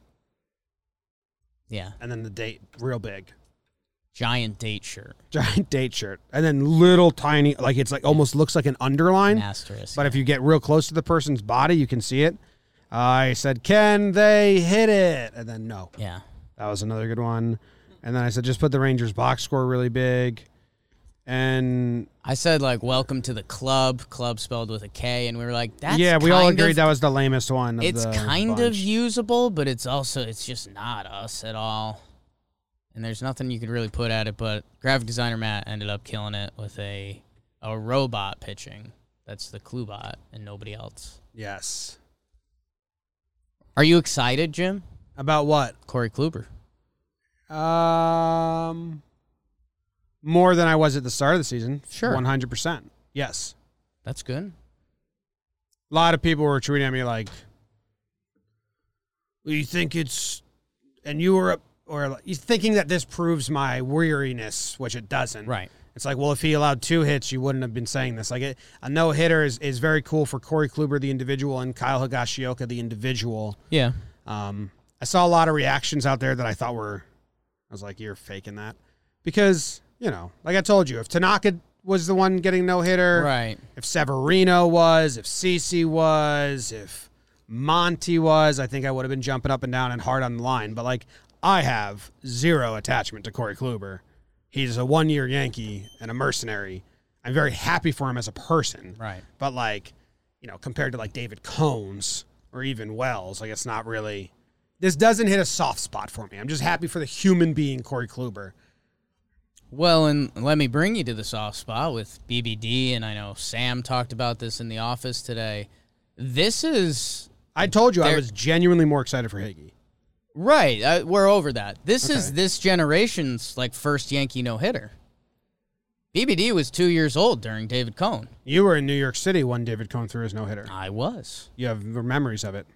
C: Yeah.
A: And then the date, real big,
C: Giant date shirt.
A: giant date shirt. And then little tiny, like it's like almost looks like an underline.
C: An asterisk.
A: But if you get real close to the person's body, you can see it. I said, can they hit it? And then no.
C: yeah.
A: That was another good one. And then I said, just put the Rangers box score really big. And
C: I said like welcome to the club, club spelled with a K, and we were like, that's
A: yeah, we all
C: kind
A: agreed
C: of-
A: that was the lamest one. Of
C: it's
A: the
C: kind of
A: bunch.
C: usable, but it's also it's just not us at all. And there's nothing you could really put at it, but graphic designer Matt ended up killing it with a a robot pitching. That's the Cluebot and nobody else.
A: Yes.
C: Are you excited, Jim?
A: About what?
C: Corey Kluber.
A: Um, more than I was at the start of the season.
C: Sure.
A: one hundred percent. Yes,
C: That's good.
A: a lot of people were tweeting at me like, "Well, "You think it's," and you were up, or like, you thinking that this proves my weariness, which it doesn't.
C: Right.
A: It's like, well, if he allowed two hits, you wouldn't have been saying this. Like, it, a no hitter is, is very cool for Corey Kluber, the individual, and Kyle Higashioka, the individual.
C: Yeah.
A: Um, I saw a lot of reactions out there that I thought were, I was like, you're faking that. Because, you know, like I told you, if Tanaka was the one getting no hitter,
C: Right.
A: if Severino was, if Cece was, if Monty was, I think I would have been jumping up and down and hard on the line. But like, I have zero attachment to Corey Kluber. He's a one year Yankee and a mercenary. I'm very happy for him as a person.
C: Right.
A: But like, you know, compared to like David Combs or even Wells, like it's not really. This doesn't hit a soft spot for me. I'm just happy for the human being Corey Kluber.
C: Well, and let me bring you to the soft spot with BBD, and I know Sam talked about this in the office today. This is
A: I told you I
C: There-
A: was genuinely more excited for Higgy.
C: right. Uh, we're over that. This is this generation's like first Yankee no hitter. BBD was two years old during David Cohn.
A: You were in New York City when David Cohn threw his no hitter.
C: I was.
A: You have memories of it.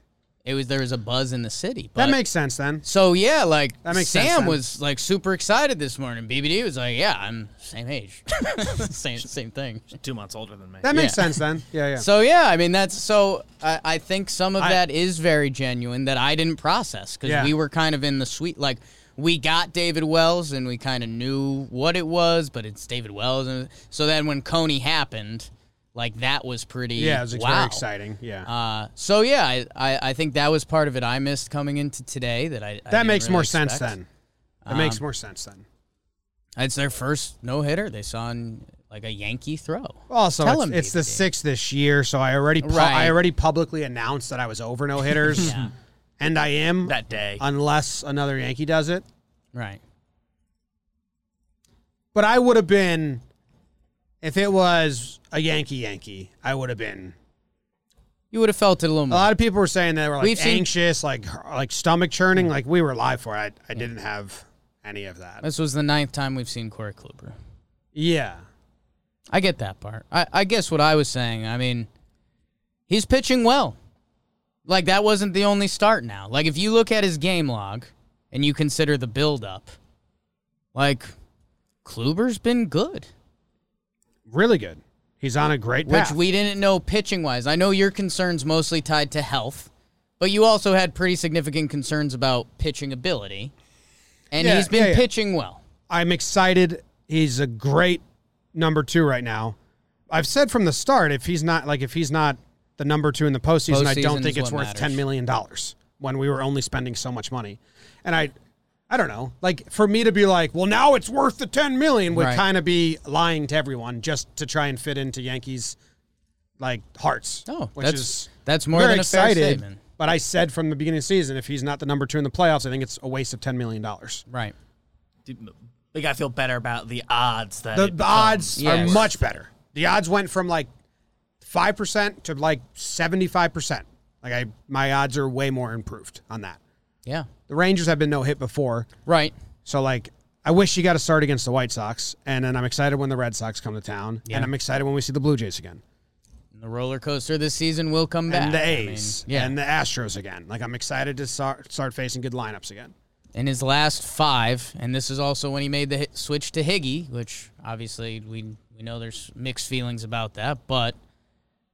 C: It was there was a buzz in the city. But
A: That makes sense then.
C: so yeah, like
A: That makes sense
C: Sam
A: then.
C: was like super excited this morning. BBD was like, yeah, I'm same age, same same thing.
D: Two months older than me.
A: That makes
C: Yeah.
A: sense then. Yeah, yeah.
C: So yeah, I mean that's so. I, I think some of
A: I-
C: that is very genuine that I didn't process because
A: Yeah.
C: we were kind of in the sweet like we got David Wells and we kind of knew what it was, but it's David Wells, and so then when Coney happened, like that was pretty.
A: yeah, it was ex-
C: wow.
A: very exciting. Yeah.
C: Uh, so yeah, I, I I think that was part of it I missed coming into today that I I
A: that
C: didn't
A: makes
C: really
A: more sense
C: expect. Um,
A: then. That makes more sense then.
C: It's their first no hitter they saw in like a Yankee throw.
A: Also,
C: Tell
A: it's,
C: him
A: it's the
C: BBD.
A: sixth this year, so I already pu-
C: Right.
A: I already publicly announced that I was over no hitters,
C: Yeah.
A: and I am
D: That day.
A: unless another Yankee does it.
C: right.
A: But I would have been, if it was a Yankee Yankee, I would have been.
C: You would have felt it a little
A: A
C: more.
A: lot of people were saying they were like
C: We've seen-
A: anxious, like like stomach churning. Like we were live for it. I, I didn't have any of that.
C: this was the ninth time we've seen Corey Kluber.
A: Yeah.
C: I get that part. I, I guess what I was saying, I mean, he's pitching well. Like, that wasn't the only start now. Like, if you look at his game log and you consider the buildup, like, Kluber's been good,
A: really good. He's on a great path.
C: which we didn't know pitching wise. I know your concerns mostly tied to health, but you also had pretty significant concerns about pitching ability. And
A: Yeah,
C: he's been
A: yeah, yeah.
C: pitching well.
A: I'm excited. He's a great number two right now. I've said from the start, if he's not like if he's not the number two in the postseason, I
C: Postseason
A: don't think
C: is
A: it's
C: what
A: worth
C: matters.
A: ten million dollars when we were only spending so much money. And I I don't know. Like for me to be like, well now it's worth the ten million would
C: Right.
A: kind of be lying to everyone just to try and fit into Yankees like hearts.
C: No,
A: which
C: Oh, that's-
A: is
C: that's more
A: very
C: than a fair
A: excited.
C: statement.
A: But I said from the beginning of the season, if he's not the number two in the playoffs, I think it's a waste of ten million dollars.
C: Right.
D: We gotta feel better about the odds that
A: the,
D: it
A: the odds
C: Yes.
A: are much better. The odds went from like five percent to like seventy five percent. Like I, my odds are way more improved on that.
C: Yeah.
A: The Rangers have been no hit before,
C: Right.
A: so like I wish you got to start against the White Sox, and then I'm excited when the Red Sox come to town, and I'm excited when we see the Blue Jays again,
C: The roller coaster this season will come back.
A: and
C: I
A: the
C: mean,
A: A's,
C: yeah.
A: and the Astros again. Like I'm excited to start start facing good lineups again.
C: in his last five, and this is also when he made the hi- switch to Higgy, which obviously we we know there's mixed feelings about that, but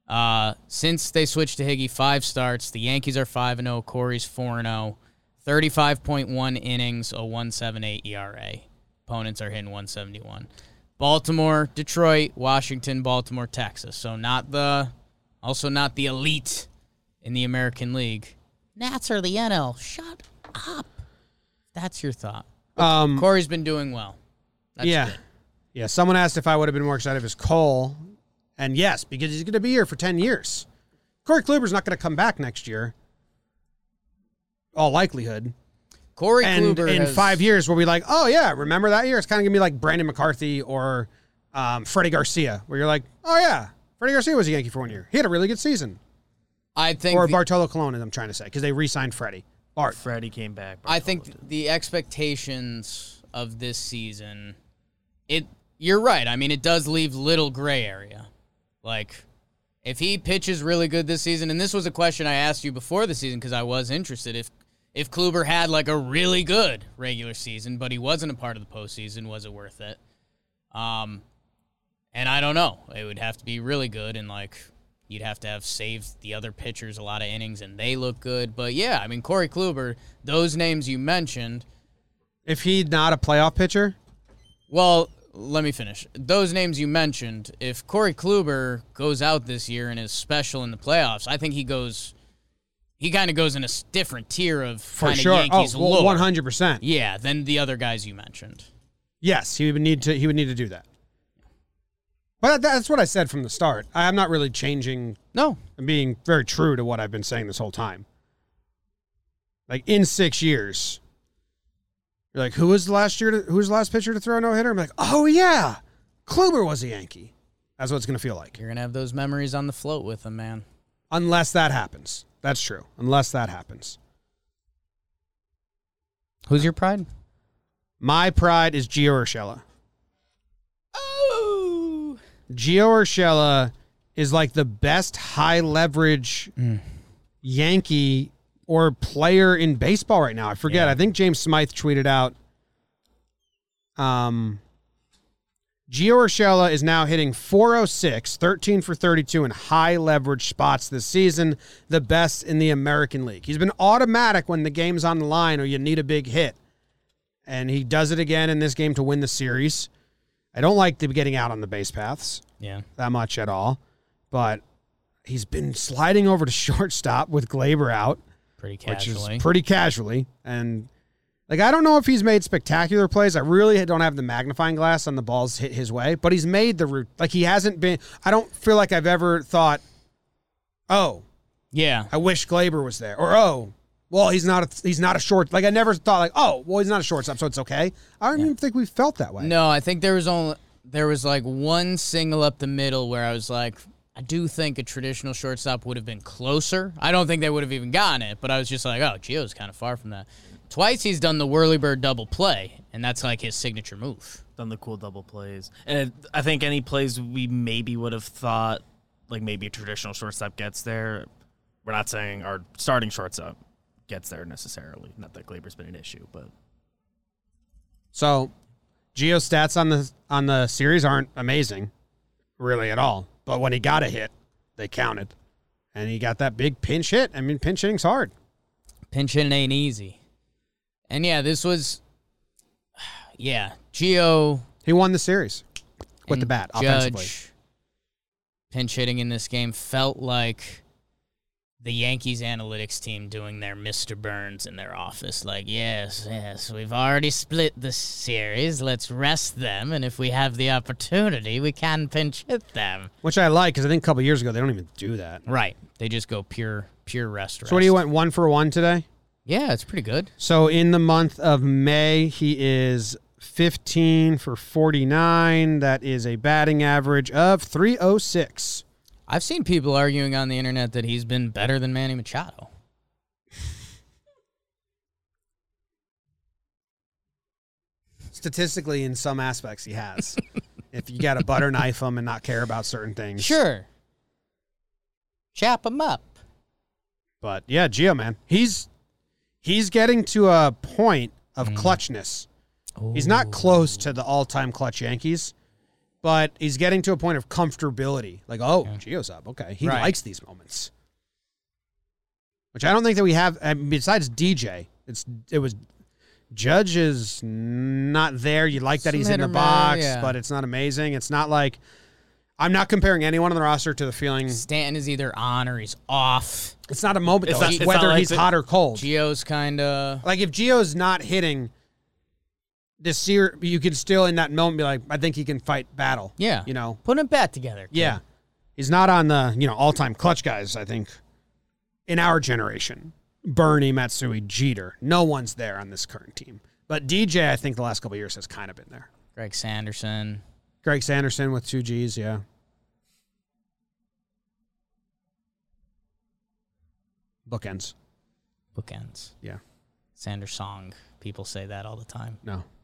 C: uh, since they switched to Higgy, five starts. The Yankees are five and zero. Corey's four and zero. Thirty-five point one innings, a one seven eight ERA. Opponents are hitting one seventy one. Baltimore, Detroit, Washington, Baltimore, Texas. So not the, also not the elite in the American League. Nats are the NL. Shut up. That's your thought.
A: Um,
C: Corey's been doing well. That's
A: yeah.
C: good.
A: Yeah. Someone asked if I would have been more excited if it's Cole. And yes, because he's going to be here for 10 years. Corey Kluber's not going to come back next year. All likelihood.
C: Corey
A: And
C: Kluber
A: in
C: has-
A: five years, we'll be like, oh, yeah, remember that year? It's kind of going to be like Brandon McCarthy or um, Freddie Garcia, where you're like, oh, yeah, Freddie Garcia was a Yankee for one year. He had a really good season.
C: I think
A: Or
C: the-
A: Bartolo Colon, as I'm trying to say, because they re signed Freddie. Bart.
D: Freddie came back.
C: I think the expectations of this season, it you're right. I mean, it does leave little gray area. Like, if he pitches really good this season, and this was a question I asked you before the season because I was interested if if Kluber had like a really good regular season, but he wasn't a part of the postseason, was it worth it? Um, and I don't know. It would have to be really good, and like you'd have to have saved the other pitchers a lot of innings, and they look good. But yeah, I mean Corey Kluber, those names you mentioned.
A: If he's not a playoff pitcher,
C: Well, let me finish. Those names you mentioned, if Corey Kluber goes out this year and is special in the playoffs, I think he goes. He kind of goes in a s- different tier of
A: for
C: kind of
A: sure.
C: Yankees
A: oh, well,
C: lore.
A: 100%.
C: Yeah, than the other guys you mentioned.
A: Yes, he would need to. He would need to do that. But that's what I said from the start. I- I'm not really changing.
C: No,
A: I'm being very true to what I've been saying this whole time. Like in six years, you're like, who was the last year? To, who was the last pitcher to throw a no hitter? I'm like, oh yeah, Kluber was a Yankee. That's what it's gonna feel like,
C: you're gonna have those memories on the float with him, man.
A: unless that happens. That's true. Unless that happens.
C: Who's your pride?
A: My pride is Gio Urshela.
C: Oh,
A: Gio Urshela is like the best high leverage
C: Mm.
A: Yankee or player in baseball right now. I forget.
C: Yeah.
A: I think James Smythe tweeted out. Um, Gio Urshela is now hitting 406, 13 for 32 in high leverage spots this season, the best in the American League. He's been automatic when the game's on the line or you need a big hit. And he does it again in this game to win the series. I don't like to be getting out on the base paths
C: yeah.
A: that much at all, but he's been sliding over to shortstop with Glaber out,
C: Pretty
A: which
C: casually.
A: is pretty casually. And like, I don't know if he's made spectacular plays. I really don't have the magnifying glass on the balls hit his way, but he's made the route. Like, he hasn't been. I don't feel like I've ever thought, oh,
C: yeah.
A: I wish Glaber was there, or oh. Well, he's not a he's not a short like I never thought like oh well he's not a shortstop so it's okay. I don't even think we felt that way.
C: No, I think there was only there was like one single up the middle where I was like, I do think a traditional shortstop would have been closer. I don't think they would have even gotten it, but I was just like, oh, Gio's kind of far from that. Twice he's done the whirlybird double play, and that's like his signature move.
D: done the cool double plays. And I think any plays we maybe would have thought, like maybe a traditional shortstop gets there. We're not saying our starting shortstop gets there necessarily. Not that Glaber's been an issue, but
A: So, Geo's stats on the on the series aren't amazing, really at all. But when he got a hit, they counted, and he got that big pinch hit. I mean, pinch hitting's hard.
C: Pinch hitting ain't easy. And yeah, this was, yeah, Gio
A: He won the series with
C: and
A: the bat offensively.
C: Judge pinch hitting in this game felt like the Yankees analytics team doing their Mr. Burns in their office. Like, yes, yes, we've already split the series. Let's rest them, and if we have the opportunity, we can pinch hit them.
A: which I like because I think a couple years ago they don't even do that.
C: Right? They just go pure, pure
A: So,
C: rest.
A: what do
C: rest.
A: you went one for one today?
C: Yeah, it's pretty good.
A: So in the month of May, he is 15 for 49. That is a batting average of 306.
C: I've seen people arguing on the internet that he's been better than Manny Machado.
A: statistically in some aspects he has. if you got to butter knife him and not care about certain things.
C: Sure. Chop him up.
A: But yeah, Gio man, he's he's getting to a point of
D: Mm.
A: clutchness. He's not close to the all-time clutch Yankees, but he's getting to a point of comfortability. Like, oh, Gio's up. Okay, he
C: Right.
A: likes these moments. Which I don't think that we have. I mean, besides DJ, it's it was Judge is not there. You like that
C: Some
A: he's in
C: hit
A: the
C: or miss,
A: box,
C: yeah.
A: but it's not amazing. It's not like I'm not comparing anyone on the roster to the feeling.
C: Stanton is either on or he's off.
A: It's not a moment.
D: It's
A: though.
D: not-
A: It's
D: it's not
A: whether
D: like
A: he's
D: the-
A: hot or cold.
C: Geo's kind of
A: Like if Gio's not hitting this year, you could still in that moment be like, I think he can fight battle.
C: yeah.
A: You know.
C: putting a bat together. kid.
A: Yeah. He's not on the, you know, all time clutch guys, I think. In our generation. Bernie, Matsui, Jeter. No one's there on this current team. But DJ, I think the last couple of years has kind of been there.
C: Greg Sanderson.
A: Greg Sanderson with two G's, yeah. Bookends.
C: Bookends.
A: Yeah.
C: Sanders song. People say that all the time.
A: No.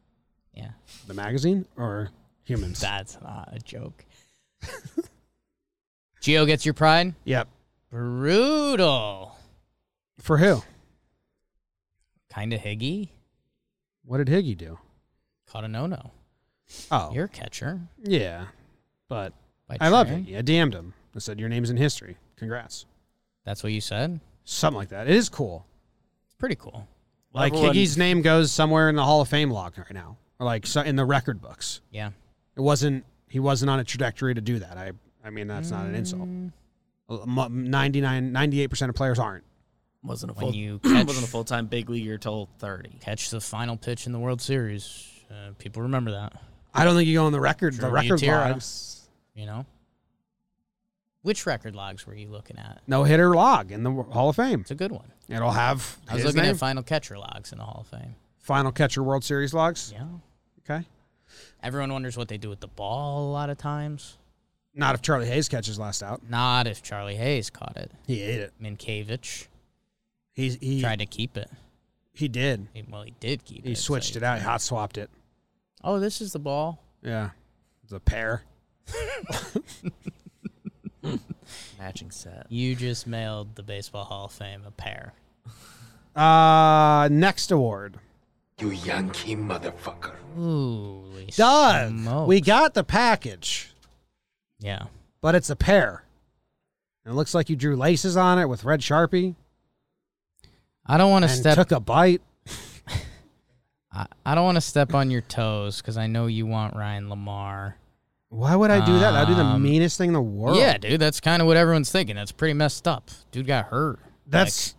C: Yeah,
A: The magazine or humans?
C: that's not a joke. Geo gets your pride.
A: Yep.
C: Brutal.
A: For who?
C: Kind of higgy.
A: What did Higgy do?
C: Caught a no-no.
A: Oh,
C: You're a catcher.
A: yeah, but
C: by
A: I love
C: trade.
A: Higgy. I DM'd him. I said your name's in history. Congrats.
C: That's what you said.
A: Something like that. It is cool.
C: It's pretty cool.
D: Well,
A: like
D: everyone-
A: Higgy's name goes somewhere in the Hall of Fame log right now, or like so in the record books.
C: Yeah.
A: It wasn't. He wasn't on a trajectory to do that. I. I mean, that's not an insult. Uh, mu- 99, 98 percent of players aren't.
D: Wasn't a full
C: When you catch-
D: wasn't a full time big leaguer till thirty.
C: Catch the final pitch in the World Series. Uh, people remember that,
A: I don't think you go on the record. the
C: Drew
A: record
C: Gutierrez.
A: logs.
C: you know? Which record logs were you looking at?
A: No hitter log in the Hall of Fame.
C: It's a good one.
A: It'll have.
C: I was
A: his
C: looking
A: name.
C: at final catcher logs in the Hall of Fame.
A: final catcher World Series logs.
C: Yeah.
A: Okay.
C: Everyone wonders what they do with the ball a lot of times.
A: Not if Charlie Hayes catches last out.
C: Not if Charlie Hayes caught it.
A: He ate it.
C: Minkiewicz
A: He he
C: tried to keep it.
A: he did.
C: He- Well, he did keep it.
A: He switched it out. He hot swapped it.
C: Oh, this is the ball.
A: Yeah. It's a pair.
D: Matching set.
C: You just mailed the Baseball Hall of Fame a pair.
A: Uh, next award.
F: You Yankee motherfucker.
C: Holy
A: Doug,
C: smokes.
A: we got the package,
C: Yeah.
A: but it's a pair. And it looks like you drew laces on it with red sharpie
C: I don't want to
A: and
C: step.
A: took a bite.
C: I, I don't want to step on your toes because I know you want Ryan Lamar.
A: Why would I do that? That'd be the
C: Um,
A: meanest thing in the world.
C: Yeah, dude, that's kind of what everyone's thinking. That's pretty messed up. Dude got hurt.
A: That's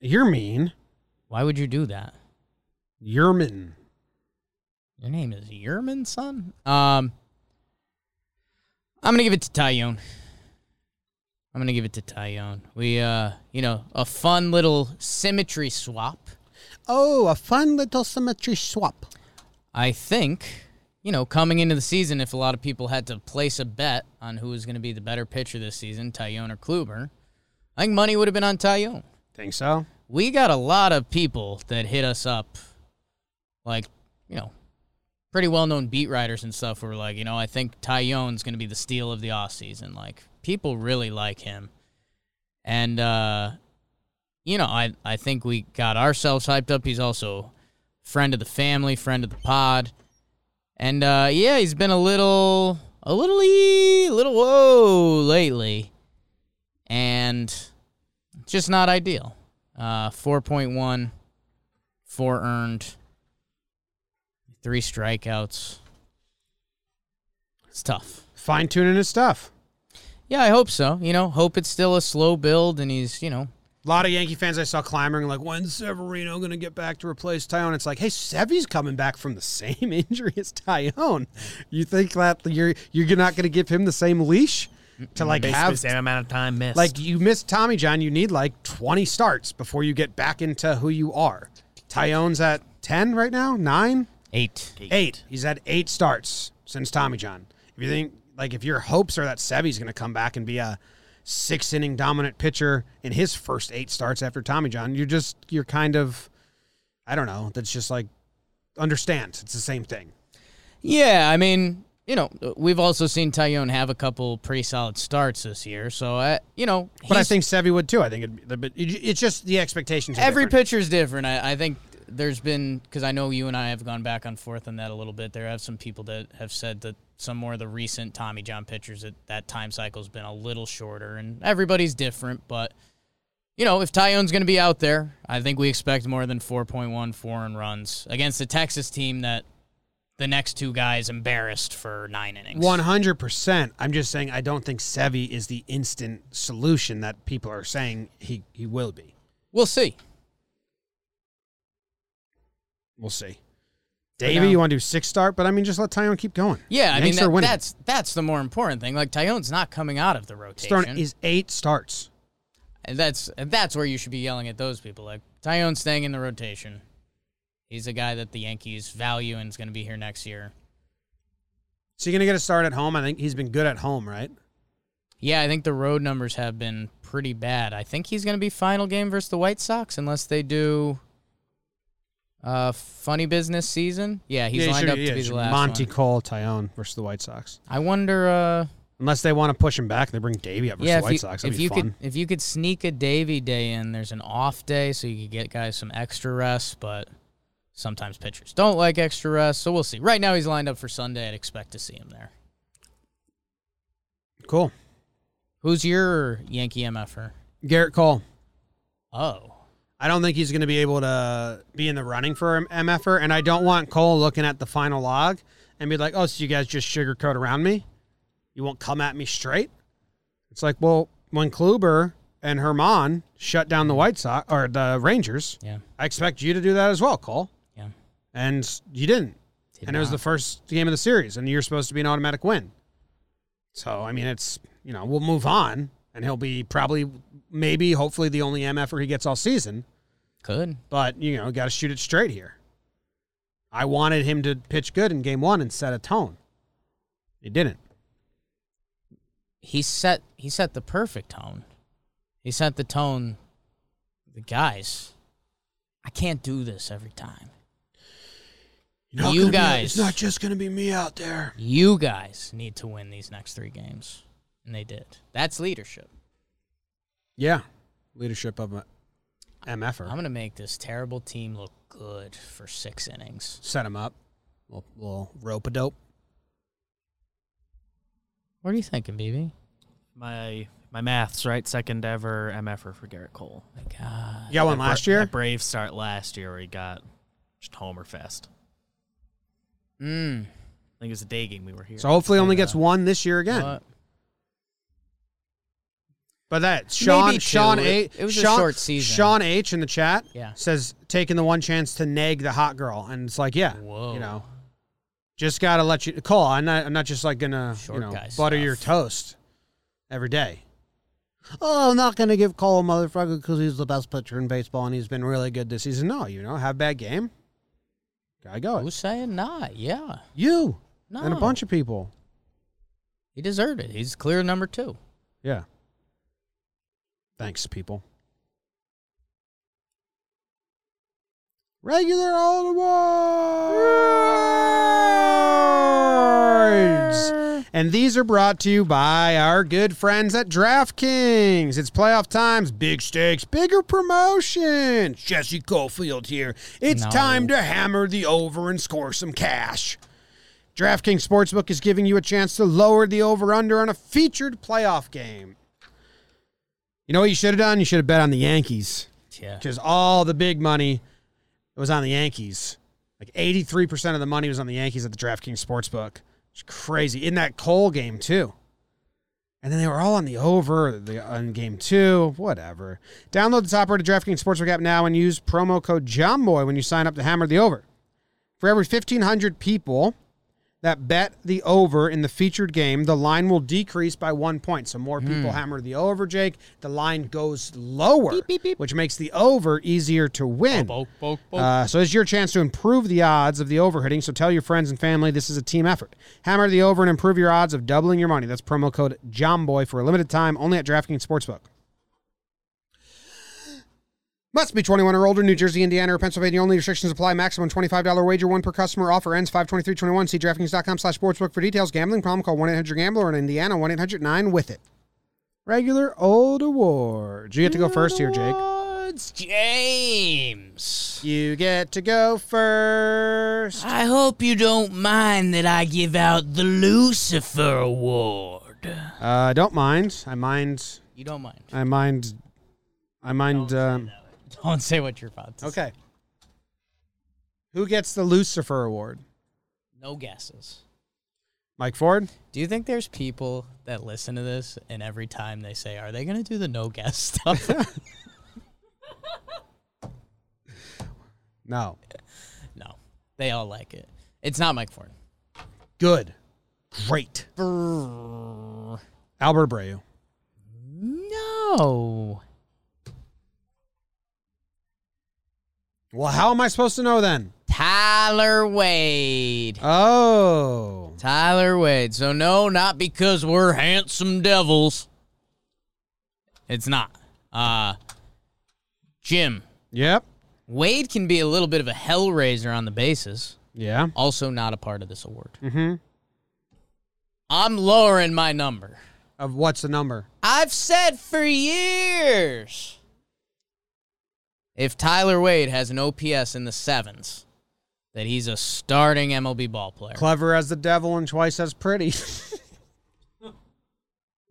A: you're mean.
C: Why would you do that?
A: You're mean.
C: Your name is Yerman, son. Um, I'm gonna give it to Tyone. I'm gonna give it to Tyone. We, uh, you know, a fun little symmetry swap.
A: Oh, a fun little symmetry swap.
C: I think, you know, coming into the season, if a lot of people had to place a bet on who was going to be the better pitcher this season, Tyone or Kluber, I think money would have been on Tyone.
A: Think so?
C: We got a lot of people that hit us up, like, you know, pretty well known beat writers and stuff who were like, you know, I think Tyone's going to be the steal of the offseason. Like, people really like him. And, uh, you know, I, I think we got ourselves hyped up. He's also friend of the family, friend of the pod. And uh, yeah, he's been a little, a little, ee- little whoa lately, and just not ideal. Uh, four point one, four earned, three strikeouts. It's tough.
A: Fine tuning his stuff.
C: Yeah, I hope so. You know, hope it's still a slow build, and he's you know
A: A lot of Yankee fans I saw clamoring like, when's Severino going to get back to replace Tyone? It's like, hey, Sevy's coming back from the same injury as Tyone. You think that you're you're not going to give him the same leash to like
D: Basically
A: have
D: same amount of time missed.
A: like you missed Tommy John? You need like 20 starts before you get back into who you are. Tyone's at 10 right now, nine,
C: eight.
A: eight. He's at eight starts since Tommy John. If you think like if your hopes are that Sevy's going to come back and be a six inning dominant pitcher in his first eight starts after Tommy John, you're just you're kind of I don't know. That's just like understand it's the same thing.
C: Yeah, I mean, you know, we've also seen Tyone have a couple pretty solid starts this year. So, I, you know,
A: But I
C: he's-
A: think Sevy would too. I think it'd be, but it- it's just the expectations. Are
C: every
A: different.
C: pitcher's different. I, I think there's been because I know you and I have gone back and forth on that a little bit. There have some people that have said that some more of the recent Tommy John pitchers that that time cycle's been a little shorter, and everybody's different. But you know, if Tyone's going to be out there, I think we expect more than 4.1 foreign runs against the Texas team that the next two guys embarrassed for nine innings.
A: One hundred percent. I'm just saying I don't think Sevy is the instant solution that people are saying he he will be.
C: We'll see.
A: We'll see.
C: now-
A: Davey, you want to do six start, but I mean, just let Tyone keep going. Yanks
C: Yeah, I
A: are
C: mean that,
A: winning.
C: that's that's the more important thing. Like Tyone's not coming out of the
A: He's
C: rotation.
A: throwing his eight starts.
C: And that's and that's where you should be yelling at those people. Like Tyone's staying in the rotation. He's a guy that the Yankees value and is going to be here next year.
A: Is he going to get a start at home? I think he's been good at home, right?
C: Yeah, I think the road numbers have been pretty bad. I think he's going to be final game versus the White Sox unless they do uh funny business season. Yeah, he's
A: Yeah, he
C: lined
A: should-
C: up
A: yeah,
C: to be
A: he
C: the
A: should.
C: last
A: Monty
C: one.
A: Cole, Tyone versus the White Sox.
C: I wonder uh
A: Unless they want to push him back, they bring Davey up versus
C: yeah,
A: the
C: if
A: White
C: you,
A: Sox. That'd
C: if
A: be
C: you
A: fun.
C: could if you could sneak a Davy day in, there's an off day, so you could get guys some extra rest. But sometimes pitchers don't like extra rest, so we'll see. Right now, he's lined up for Sunday. I'd expect to see him there.
A: Cool.
C: Who's your Yankee er? MFer?
A: Garrett Cole.
C: Oh,
A: I don't think he's going to er, be able to be in the running for an MFR, and I don't want Cole looking at the final log and be like, oh, so you guys just sugarcoat around me? You won't come at me straight? It's like, well, when Kluber and Herman shut down the White Sox or the Rangers,
C: Yeah.
A: I expect you to do that as well, Cole.
C: Yeah.
A: And you didn't.
C: Did
A: and it was
C: not.
A: the first game of the series, and you're supposed to be an automatic win. So, I mean, it's, you know, we'll move on, and he'll be probably, maybe, hopefully, the only MFer he gets all season.
C: Could.
A: But, you know, got to shoot it straight here. I wanted him to pitch good in game one and set a tone. He didn't.
C: He set he set the perfect tone. He set the tone the guys. I can't do this every time.
A: You're not
C: You
A: gonna be-
C: guys.
A: it's not just going to be me out there.
C: You guys need to win these next three games. And they did. That's leadership.
A: Yeah. Leadership of a er. MFer.
C: I'm gonna make this terrible team look good for six innings.
A: set him up. Little, little rope a dope.
C: What are you thinking, BB?
D: My my maths right, second ever MFR for Garrett Cole.
C: My God.
A: You got one
D: That
A: last
D: bra-
A: year?
D: that brave start last year where he got just homer fest.
C: Mm.
D: I think it was a day game we were here.
A: So hopefully only
D: Yeah.
A: gets one this year again.
C: What?
A: But that Sean
C: two.
A: Sean A
C: It- it was a
A: Sean,
C: short season.
A: Sean H in the chat
C: Yeah.
A: says taking the one chance to nag the hot girl, and it's like yeah,
C: Whoa.
A: you know, just gotta let you Cole. I'm not I'm not just like gonna
C: Short
A: you know
C: guy
A: butter your
C: stuff.
A: toast every day. Oh, I'm not gonna give Cole a motherfucker because he's the best pitcher in baseball and he's been really good this season. No, you know, have a bad game, gotta go. it.
C: Who's saying not? Yeah.
A: you
C: No.
A: and a bunch of people.
C: He deserved it. He's clear number two.
A: Yeah. Thanks, people. Regular old awards. And these are brought to you by our good friends at DraftKings. It's playoff times, big stakes, bigger promotions. Jesse Cofield here. It's
C: No.
A: time to hammer the over and score some cash. DraftKings Sportsbook is giving you a chance to lower the over under on a featured playoff game. You know what you should have done? You should have bet on the Yankees
C: Yeah.
A: because all the big money was on the Yankees. Like 83% of the money was on the Yankees at the DraftKings Sportsbook. It's crazy. In that Cole game, too. And then they were all on the over the, on game two, whatever. Download the top rated DraftKings Sportsbook app now and use promo code JOMBOY when you sign up to hammer the over. For every 1,500 people that bet the over in the featured game, the line will decrease by one point. So more people hammer the over, Jake. The line goes lower, which makes the over easier to win. Uh, so it's your chance to improve the odds of the overhitting. So tell your friends and family this is a team effort. Hammer the over and improve your odds of doubling your money. That's promo code JOMBOY for a limited time only at DraftKings Sportsbook. Must be 21 or older, New Jersey, Indiana, or Pennsylvania. Only restrictions apply. Maximum $25 wager, one per customer. Offer ends 523.21. See DraftKings.com slash sportsbook for details. Gambling problem, call 1-800-GAMBLER in Indiana, 1-800-9-WITH-IT. Regular old awards. You get to go first here, Jake.
C: It's James.
A: You get to go first.
C: I hope you don't mind that I give out the Lucifer Award.
A: Uh, don't mind. I mind.
C: You don't mind.
A: I mind. I mind. Um,
C: Don't say what you're about to say.
A: okay. Who gets the Lucifer Award?
C: No guesses.
A: Mike Ford.
C: Do you think there's people that listen to this and every time they say, are they going to do the no guess stuff?
A: No.
C: no. They all like it. It's not Mike Ford.
A: Good. Great. Albert Abreu.
C: No.
A: Well, how am I supposed to know then?
C: Tyler Wade.
A: Oh.
C: Tyler Wade. So no, not because we're handsome devils. It's not. Uh Jim.
A: Yep.
C: Wade can be a little bit of a hellraiser on the bases.
A: Yeah.
C: Also not a part of this award.
A: Mm-hmm.
C: I'm lowering my number.
A: Of what's the number?
C: I've said for years. If Tyler Wade has an OPS in the sevens, that he's a starting MLB ball player.
A: Clever as the devil and twice as pretty.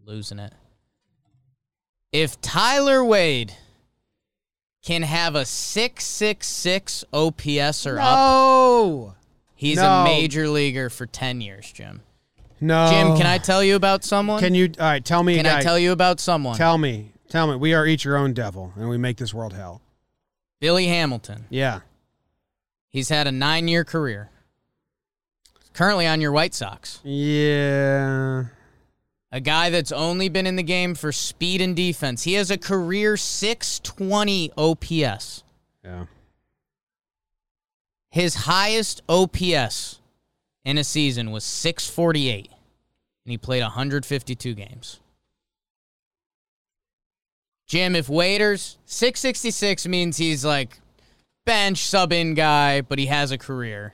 C: losing it. If Tyler Wade can have a 666 OPS or up,
A: oh.
C: He's
A: No.
C: a major leaguer for 10 years, Jim.
A: No.
C: Jim, can I tell you about someone?
A: Can you? All right. Tell me.
C: Can
A: a guy.
C: I tell you about someone?
A: Tell me. Tell me. We are each your own devil, and we make this world hell.
C: Billy Hamilton.
A: Yeah.
C: He's had a nine year career. Currently on your White Sox.
A: Yeah.
C: A guy that's only been in the game for speed and defense. He has a career 620 OPS.
A: Yeah.
C: His highest OPS in a season was 648, and he played 152 games. Jim, if waiters, 666 means he's like bench sub in guy, but he has a career.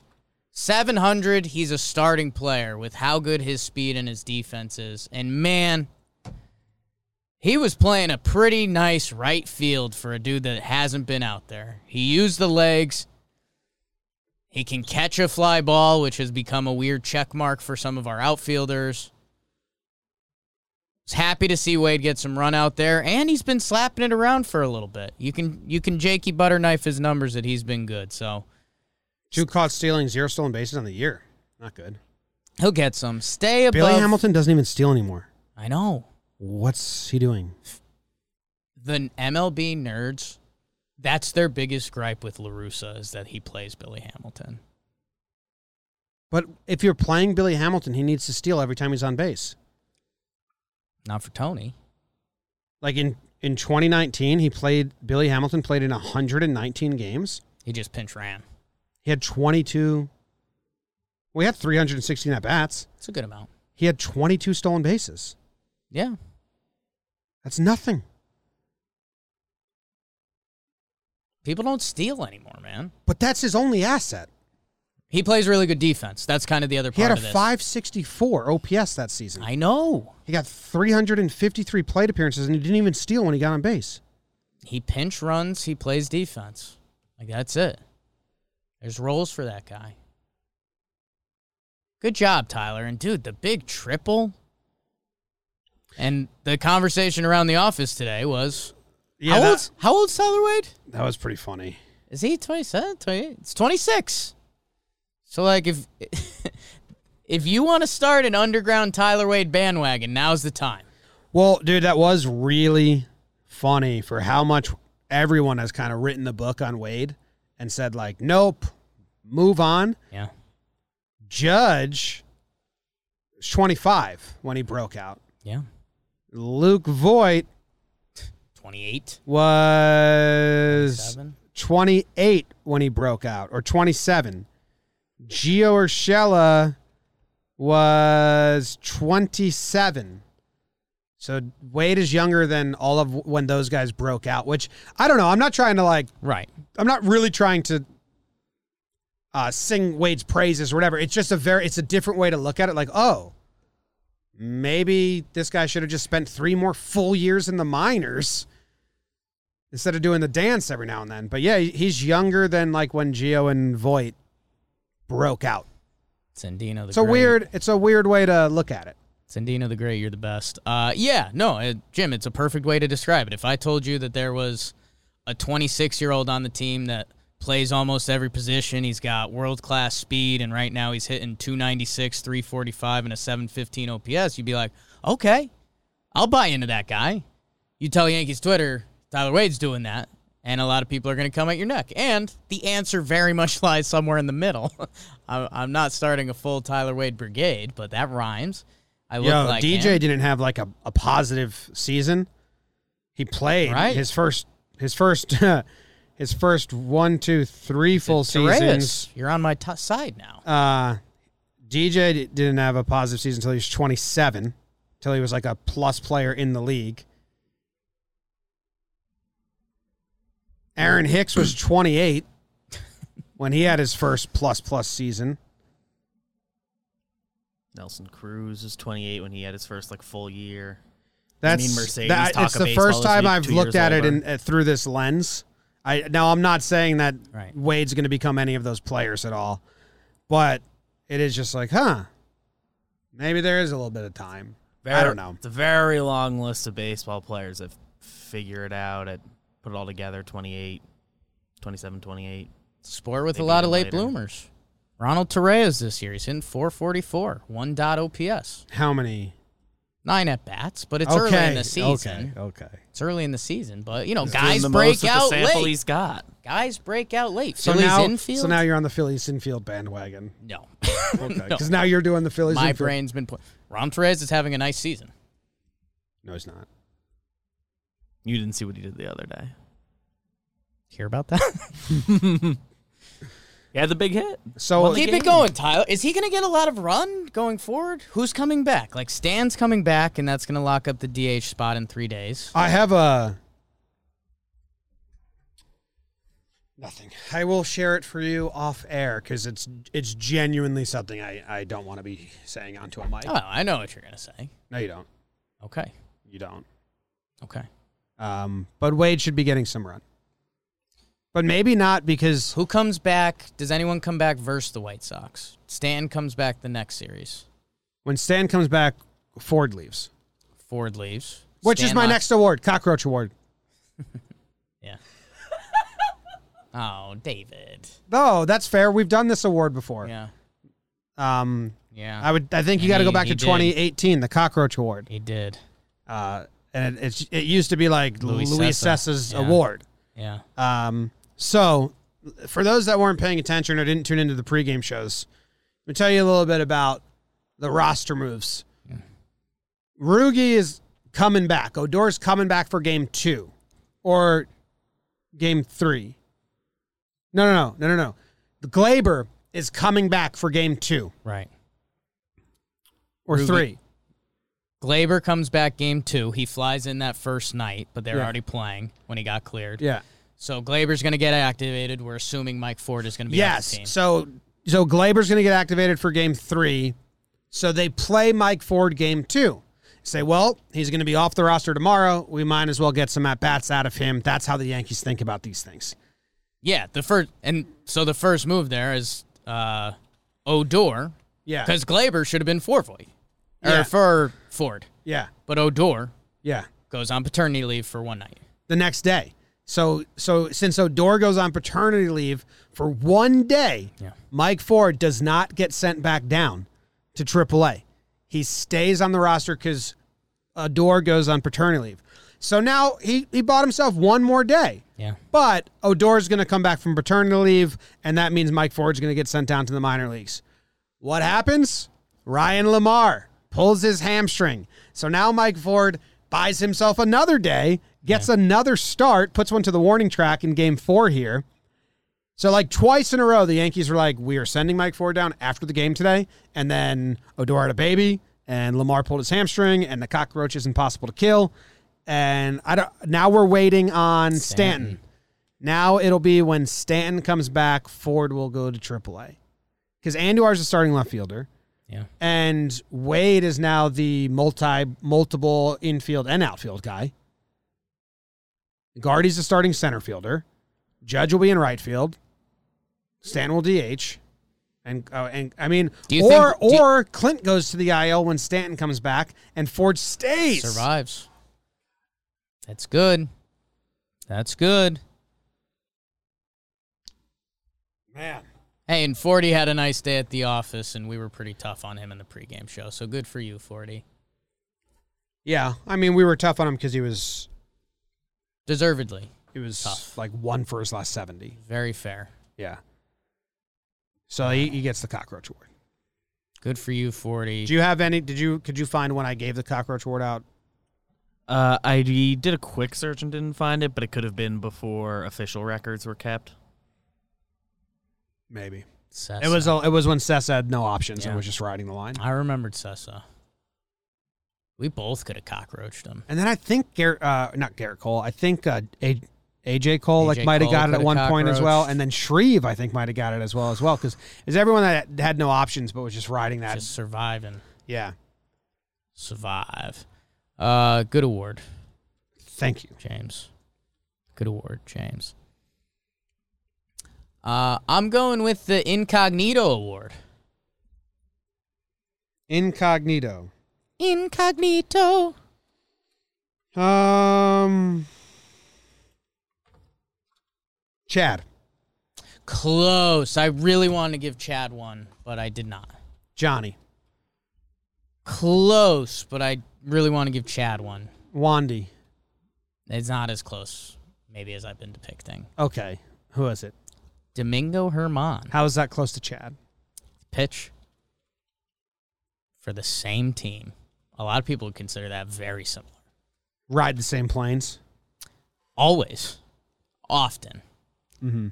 C: 700, he's a starting player with how good his speed and his defense is. And man, he was playing a pretty nice right field for a dude that hasn't been out there. He used the legs. He can catch a fly ball, which has become a weird check mark for some of our outfielders. Was happy to see Wade get some run out there, and he's been slapping it around for a little bit. You can you can Jakey butter knife his numbers that he's been good, so
A: Two caught stealing, zero stolen bases on the year. Not good.
C: he'll get some. Stay above.
A: Billy Hamilton doesn't even steal anymore.
C: I know
A: What's he doing?
C: the MLB nerds. That's their biggest gripe with Larusa is that he plays Billy Hamilton.
A: But if you're playing Billy Hamilton, he needs to steal every time he's on base.
C: Not for Tony.
A: Like in in 2019, he played Billy Hamilton played in 119 games.
C: He just pinch ran.
A: He had 22. We had 316 at bats.
C: It's a good amount.
A: He had 22 stolen bases.
C: Yeah.
A: That's nothing.
C: People don't steal anymore, man.
A: But that's his only asset.
C: He plays really good defense. That's kind of the other
A: He
C: part
A: had a
C: of this.
A: 564 OPS that season.
C: I know.
A: He got 353 plate appearances and he didn't even steal when he got on base.
C: He pinch runs. He plays defense. Like that's it. There's roles for that guy. Good job, Tyler. And dude, the big triple. And the conversation around the office today was how
A: that,
C: old's how old's Tyler Wade?
A: that was pretty funny.
C: Is he 27, 28? It's 26. So like if if you want to start an underground Tyler Wade bandwagon, now's the time.
A: Well, dude, that was really funny for how much everyone has kind of written the book on Wade and said, like, nope, move on.
C: Yeah.
A: Judge was 25 when he broke out.
C: Yeah.
A: Luke Voigt
C: 28.
A: was
C: Seven.
A: 28 when he broke out, or 27. Gio Urshela was 27. So Wade is younger than all of when those guys broke out, which I don't know. I'm not trying to like,
C: Right.
A: I'm not really trying to uh, sing Wade's praises or whatever. It's just a very, it's a different way to look at it. Like, oh, maybe this guy should have just spent three more full years in the minors instead of doing the dance every now and then. But yeah, he's younger than like when Gio and Voight broke out.
C: Sandino the
A: It's a
C: Great.
A: weird, it's a weird way to look at it.
C: Sandino the Great, you're the best. Uh, yeah, no, uh, Jim, it's a perfect way to describe it. If I told you that there was a 26 year old on the team that plays almost every position, he's got world class speed, and right now he's hitting 296, 345, and a 715 OPS, you'd be like, okay, I'll buy into that guy. You tell Yankees Twitter, Tyler Wade's doing that, and a lot of people are going to come at your neck. And the answer very much lies somewhere in the middle. I- I'm not starting a full Tyler Wade brigade, but that rhymes. I look
A: Yo,
C: like
A: DJ
C: him.
A: didn't have like a, a positive season. He played
C: Right.
A: his first his first his first one, two, three full
C: Torres,
A: seasons.
C: You're on my t- side now.
A: Uh DJ d- didn't have a positive season until he was twenty seven, till he was like a plus player in the league. Aaron Hicks was twenty eight when he had his first plus plus season.
D: Nelson Cruz is 28 when he had his first like full year.
A: That's
D: mean Mercedes
A: that-
D: talk
A: it's
D: of
A: the
D: baseball
A: first
D: this
A: time
D: week,
A: I've
D: two
A: looked
D: years
A: at it
D: older.
A: in, uh, through this lens. I now I'm not saying that
C: Right.
A: Wade's going to become any of those players at all, but it is just like, huh? Maybe there is a little bit of time. I don't know.
D: It's a very long list of baseball players that figure it out, at put it all together 28, 27, 28.
C: Sport with a
D: Maybe
C: lot of
D: even
C: late
D: later.
C: bloomers. Ronald Torres this year. He's hitting 444, one dot OPS,
A: How many?
C: nine at bats, but it's early in the season.
A: Okay. Okay.
C: It's early in the season, but you know,
D: Doing
C: guys
D: the
C: break
D: most with
C: out
D: the sample
C: late.
D: he's got.
C: Guys break out late.
A: So
C: Phillies
A: now,
C: infield.
A: so now you're on the Phillies infield bandwagon.
C: no,
A: Okay.
C: No.
A: Because now you're doing the Phillies.
C: my
A: infield.
C: brain's been. Pl- Ron Torres is having a nice season.
A: No, it's not.
D: You didn't see what he did the other day.
C: Hear about that?
D: He had the big hit.
A: So
C: Keep it going, Tyler. Is he going to get a lot of run going forward? Who's coming back? Like Stan's coming back, and that's going to lock up the DH spot in three days.
A: I have a nothing. I will share it for you off air because it's it's genuinely something I, I don't want to be saying onto a mic.
C: Oh, I know what you're going to say.
A: No, you don't.
C: Okay,
A: You don't.
C: okay.
A: Um, but Wade should be getting some run, but maybe not because
C: Who comes back? Does anyone come back versus the White Sox? Stan comes back the next series.
A: when Stan comes back, Ford leaves,
C: Ford leaves.
A: which is
C: Stan
A: my
C: locks-
A: next award, cockroach award.
C: Yeah. oh, David.
A: Oh, that's fair. We've done this award before.
C: Yeah.
A: Um,
C: Yeah.
A: I would. I think you
C: And
A: got to go
C: he-
A: back
C: he
A: to
C: did.
A: 2018, the cockroach award.
C: he did.
A: uh, and it, it's it used to be like
C: Luis
A: Luis,
C: Sessa.
A: Sessa's
C: Yeah.
A: award.
C: Yeah.
A: Um, so, for those that weren't paying attention or didn't tune into the pregame shows, let me tell you a little bit about the roster moves. Rugi is coming back. Odor's coming back for game two or game three. No, no, no, no, no, no. Glaber is coming back for game two
C: Right.
A: or
C: Ruge-
A: three.
C: Glaber comes back game two. He flies in that first night, but they were
A: Yeah.
C: already playing when he got cleared.
A: Yeah.
C: So Glaber's going to get activated. We're assuming Mike Ford is going to be off the
A: Yes.
C: team.
A: So so Glaber's going to get activated for game three. So they play Mike Ford game two. Say, well, he's going to be off the roster tomorrow. We might as well get some at bats out of him. That's how the Yankees think about these things.
C: Yeah, the first and so the first move there is uh Odor
A: Yeah.
C: because Glaber should have been for Voigt or
A: Yeah.
C: for Ford,
A: Yeah.
C: but Odor
A: Yeah.
C: goes on paternity leave for one night.
A: The next day. So so since Odor goes on paternity leave for one day,
C: Yeah.
A: Mike Ford does not get sent back down to AAA. He stays on the roster because Odor goes on paternity leave. So now he, he bought himself one more day.
C: Yeah.
A: But Odor's going to come back from paternity leave, and that means Mike Ford's going to get sent down to the minor leagues. What happens? Ryan Lamar pulls his hamstring. So now Mike Ford buys himself another day, gets another start, puts one to the warning track in game four here. So, like twice in a row, the Yankees were like, we are sending Mike Ford down after the game today. And then Odor had a baby, and Lamar pulled his hamstring, and the cockroach is impossible to kill. And I don't, now we're waiting on Stanton. Now it'll be when Stanton comes back, Ford will go to AAA. Because Andujar's a starting left fielder,
C: Yeah.
A: and Wade is now the multi multiple infield and outfield guy. Guardy's the starting center fielder. Judge will be in right field. Stan will DH. And, oh, and I mean,
C: Do you
A: or
C: think- do you-
A: or Clint goes to the IL when Stanton comes back, and Ford stays.
C: Survives. That's good. That's good.
A: Man,
C: Hey, and Forty had a nice day at the office, and we were pretty tough on him in the pregame show. So good for you, Forty.
A: yeah. I mean, we were tough on him because he was
C: Deservedly.
A: he was
C: Tough.
A: like one for his last seventy.
C: Very fair.
A: Yeah. So he, he gets the cockroach award.
C: Good for you, Forty.
A: Do you have any? Did you could you find when I gave the cockroach award out?
D: Uh, I did a quick search and didn't find it, but it could have been before official records were kept.
A: Maybe
C: Sessa.
A: it was a, it was when Sessa had no options
C: Yeah. Uh-huh.
A: and was just riding the line.
C: I remembered Sessa. We both could have cockroached him.
A: And then I think Garrett, uh, not Garrett Cole. I think uh, a, AJ Cole
C: AJ
A: like might have
C: Cole
A: got it
C: coulda
A: at one point as well,
C: cockroached.
A: and then Shreve I think might have got it as well as well because is everyone that had no options but was just riding that.
C: Just survive and
A: yeah,
C: survive. Uh, good award,
A: thank you.
C: James. Good award, James. Uh, I'm going with the Incognito Award.
A: Incognito.
C: Incognito.
A: Um, Chad.
C: Close. I really wanted to give Chad one, but I did not.
A: Johnny,
C: Close, but I really want to give Chad one.
A: Wandy.
C: It's not as close, maybe, as I've been depicting.
A: Okay, who is it?
C: Domingo Herman.
A: How is that close to Chad?
C: Pitch for the same team. A lot of people would consider that very similar.
A: Ride the same planes.
C: Always. Often. Mm-hmm.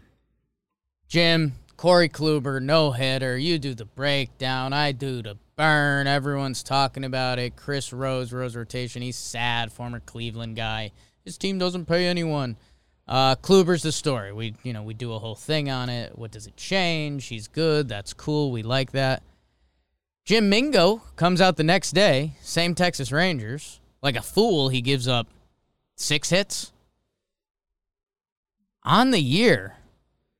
C: Jim, Corey Kluber, no hitter. You do the breakdown. I do the burn. Everyone's talking about it. Chris Rose, Rose rotation. He's sad, former Cleveland guy. His team doesn't pay anyone. Uh, Kluber's the story. We, you know, we do a whole thing on it. What does it change? He's good. That's cool. We like that. Jim Mingo comes out the next day, same Texas Rangers. Like a fool, he gives up six hits. On the year,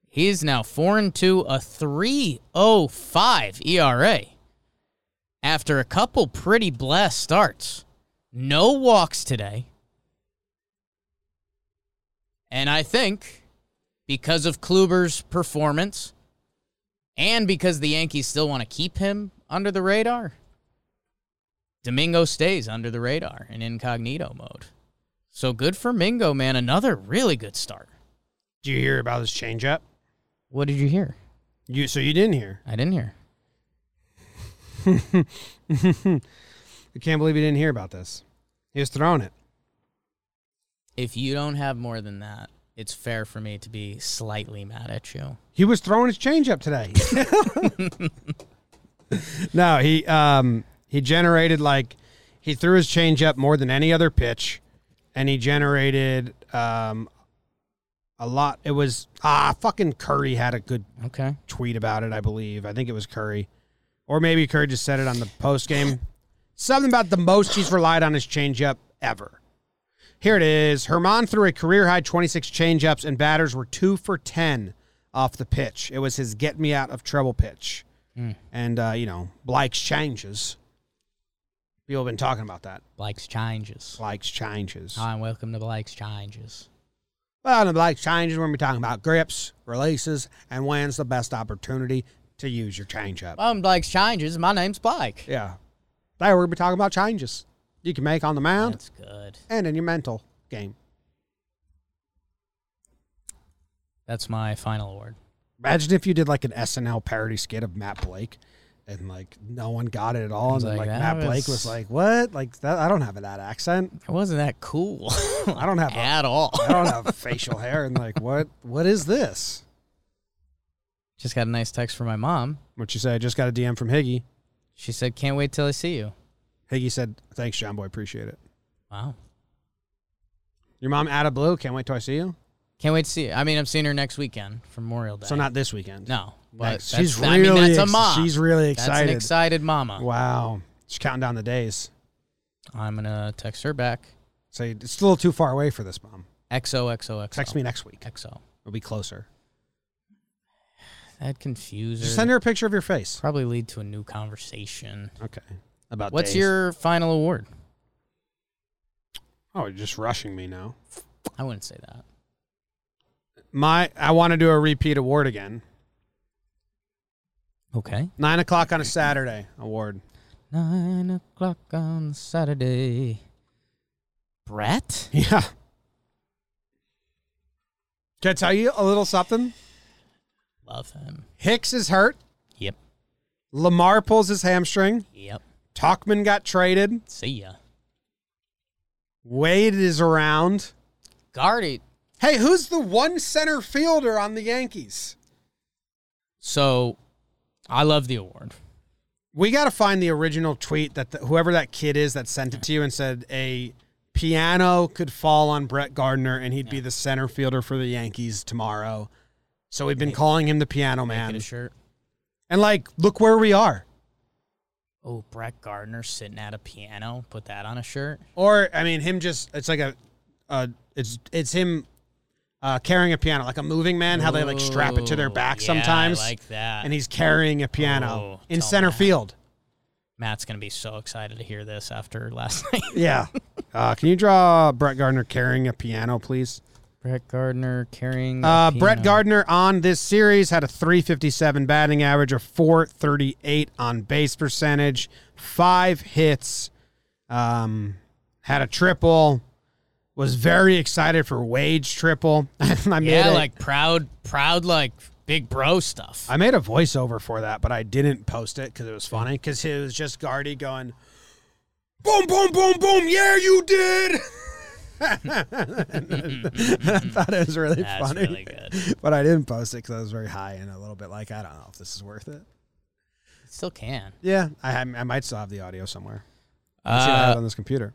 C: he is now 4 and 2, a 305 ERA. E After a couple pretty blessed starts, no walks today. And I think because of Kluber's performance, and because the Yankees still want to keep him under the radar, Domingo stays under the radar in incognito mode. So good for Mingo, man. Another really good start.
A: Do you hear about this changeup?
C: What did you hear?
A: You so you didn't hear.
C: I didn't hear.
A: I can't believe you didn't hear about this. He was throwing it.
C: If you don't have more than that, it's fair for me to be slightly mad at you.
A: He was throwing his changeup today. no, he um he generated like he threw his changeup more than any other pitch, and he generated um a lot. It was ah fucking Curry had a good
C: Okay.
A: tweet about it, I believe. I think it was Curry. Or maybe Curry just said it on the post game. Something about the most he's relied on his changeup ever. Here it is. Herman threw a career high 26 changeups, and batters were two for 10 off the pitch. It was his get me out of trouble pitch. And, uh, you know, Blake's changes. People have been talking about that.
C: Blake's changes.
A: Blake's changes.
C: Hi, and welcome to Blake's changes.
A: Well, the Blake's changes when we're talking about grips, releases, and when's the best opportunity to use your changeup.
C: Welcome to Blake's changes. My name's Blake.
A: Yeah. Today we're going to be talking about changes you can make on the mound
C: That's good.
A: and in your mental game.
C: That's my final award.
A: Imagine if you did like an SNL parody skit of Matt Blake and like no one got it at all. And then like,
C: Like, that
A: Matt Blake
C: was-
A: was like, what? Like that, I don't have that accent.
C: It wasn't that cool.
A: I don't have, a,
C: at all.
A: I don't have facial hair. And like, what, what is this?
C: Just got a nice text from my mom.
A: What you say? I just got a DM from Higgy.
C: She said, "Can't wait till I see you."
A: Higgy said, thanks John boy. Appreciate it.
C: Wow.
A: Your mom out of blue. Can't wait till I see you.
C: Can't wait to see. Her. I mean, I'm seeing her next weekend for Memorial Day.
A: So not this weekend.
C: no, but
A: Next.
C: that's,
A: She's
C: I mean,
A: really
C: that's a
A: ex-
C: mom.
A: she's really
C: That's an
A: excited.
C: excited mama.
A: Wow. She's counting down the days.
C: I'm gonna text her back.
A: So it's still a little too far away for this, mom.
C: XOXOXO.
A: Text me next week.
C: XO.
A: It'll be closer.
C: That confuses.
A: Just send her a picture of your face.
C: Probably lead to a new conversation.
A: Okay. About
C: What's
A: days.
C: your final award?
A: Oh, you're just rushing me now.
C: I wouldn't say that.
A: My, I want to do a repeat award again.
C: Okay.
A: Nine o'clock on a Saturday award.
C: Nine o'clock on Saturday. Brett.
A: Yeah. Can I tell you a little something?
C: Love him.
A: Hicks is hurt.
C: Yep.
A: Lamar pulls his hamstring.
C: Yep.
A: Talkman got traded.
C: See ya.
A: Wade is around.
C: Guarded.
A: Hey, who's the one center fielder on the Yankees?
C: So, I love the award.
A: We got to find the original tweet that the, whoever that kid is that sent it to you and said a piano could fall on Brett Gardner and he'd be the center fielder for the Yankees tomorrow. So we've been calling him the piano
C: Get
A: man.
C: a shirt.
A: And like, look where we are.
C: Oh, Brett Gardner sitting at a piano. Put that on a shirt.
A: Or I mean, him just it's like a, uh, it's it's him uh, carrying a piano like a moving man. How they like strap it to their
C: Ooh,
A: back
C: yeah,
A: sometimes,
C: I like that.
A: and he's carrying a piano
C: Oh,
A: in
C: tell
A: center
C: Matt.
A: field.
C: Matt's gonna be so excited to hear this after last night.
A: Yeah. Uh, can you draw Brett Gardner carrying a piano, please?
C: Brett Gardner carrying.
A: Uh, Brett
C: Pino.
A: Gardner on this series had a 357 batting average, a 438 on base percentage, five hits, um, had a triple, was very excited for Wade's triple. I made
C: Yeah,
A: a-
C: like proud, proud, like big bro stuff.
A: I made a voiceover for that, but I didn't post it because it was funny. Because it was just Gardy going, boom, boom, boom, boom. Yeah, you did. I thought it was really
C: That's
A: funny,
C: really good.
A: but I didn't post it because I was very high and a little bit like I don't know if this is worth it.
C: Still can.
A: Yeah, I, I might still have the audio somewhere. I see what I have
C: Uh,
A: on this computer.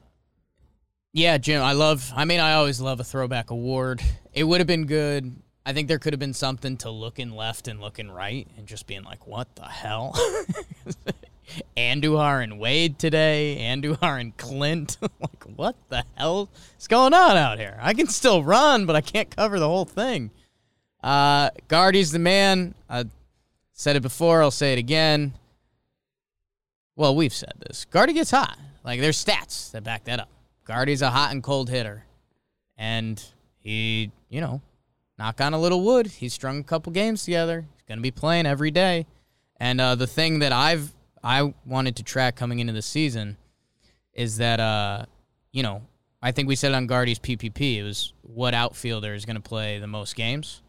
C: yeah, Jim. I love. I mean, I always love a throwback award. It would have been good. I think there could have been something to looking left and looking right and just being like, "What the hell?" Anduhar and Wade today. Anduhar and Clint. like, what the hell is going on out here? I can still run, but I can't cover the whole thing. Uh, Guardy's the man. I said it before. I'll say it again. Well, we've said this. Guardy gets hot. Like there's stats that back that up. Guardy's a hot and cold hitter, and he, you know, knock on a little wood. He's strung a couple games together. He's gonna be playing every day. And uh, the thing that I've I wanted to track coming into the season is that uh, you know I think we said on Guardy's PPP it was what outfielder is gonna play the most games.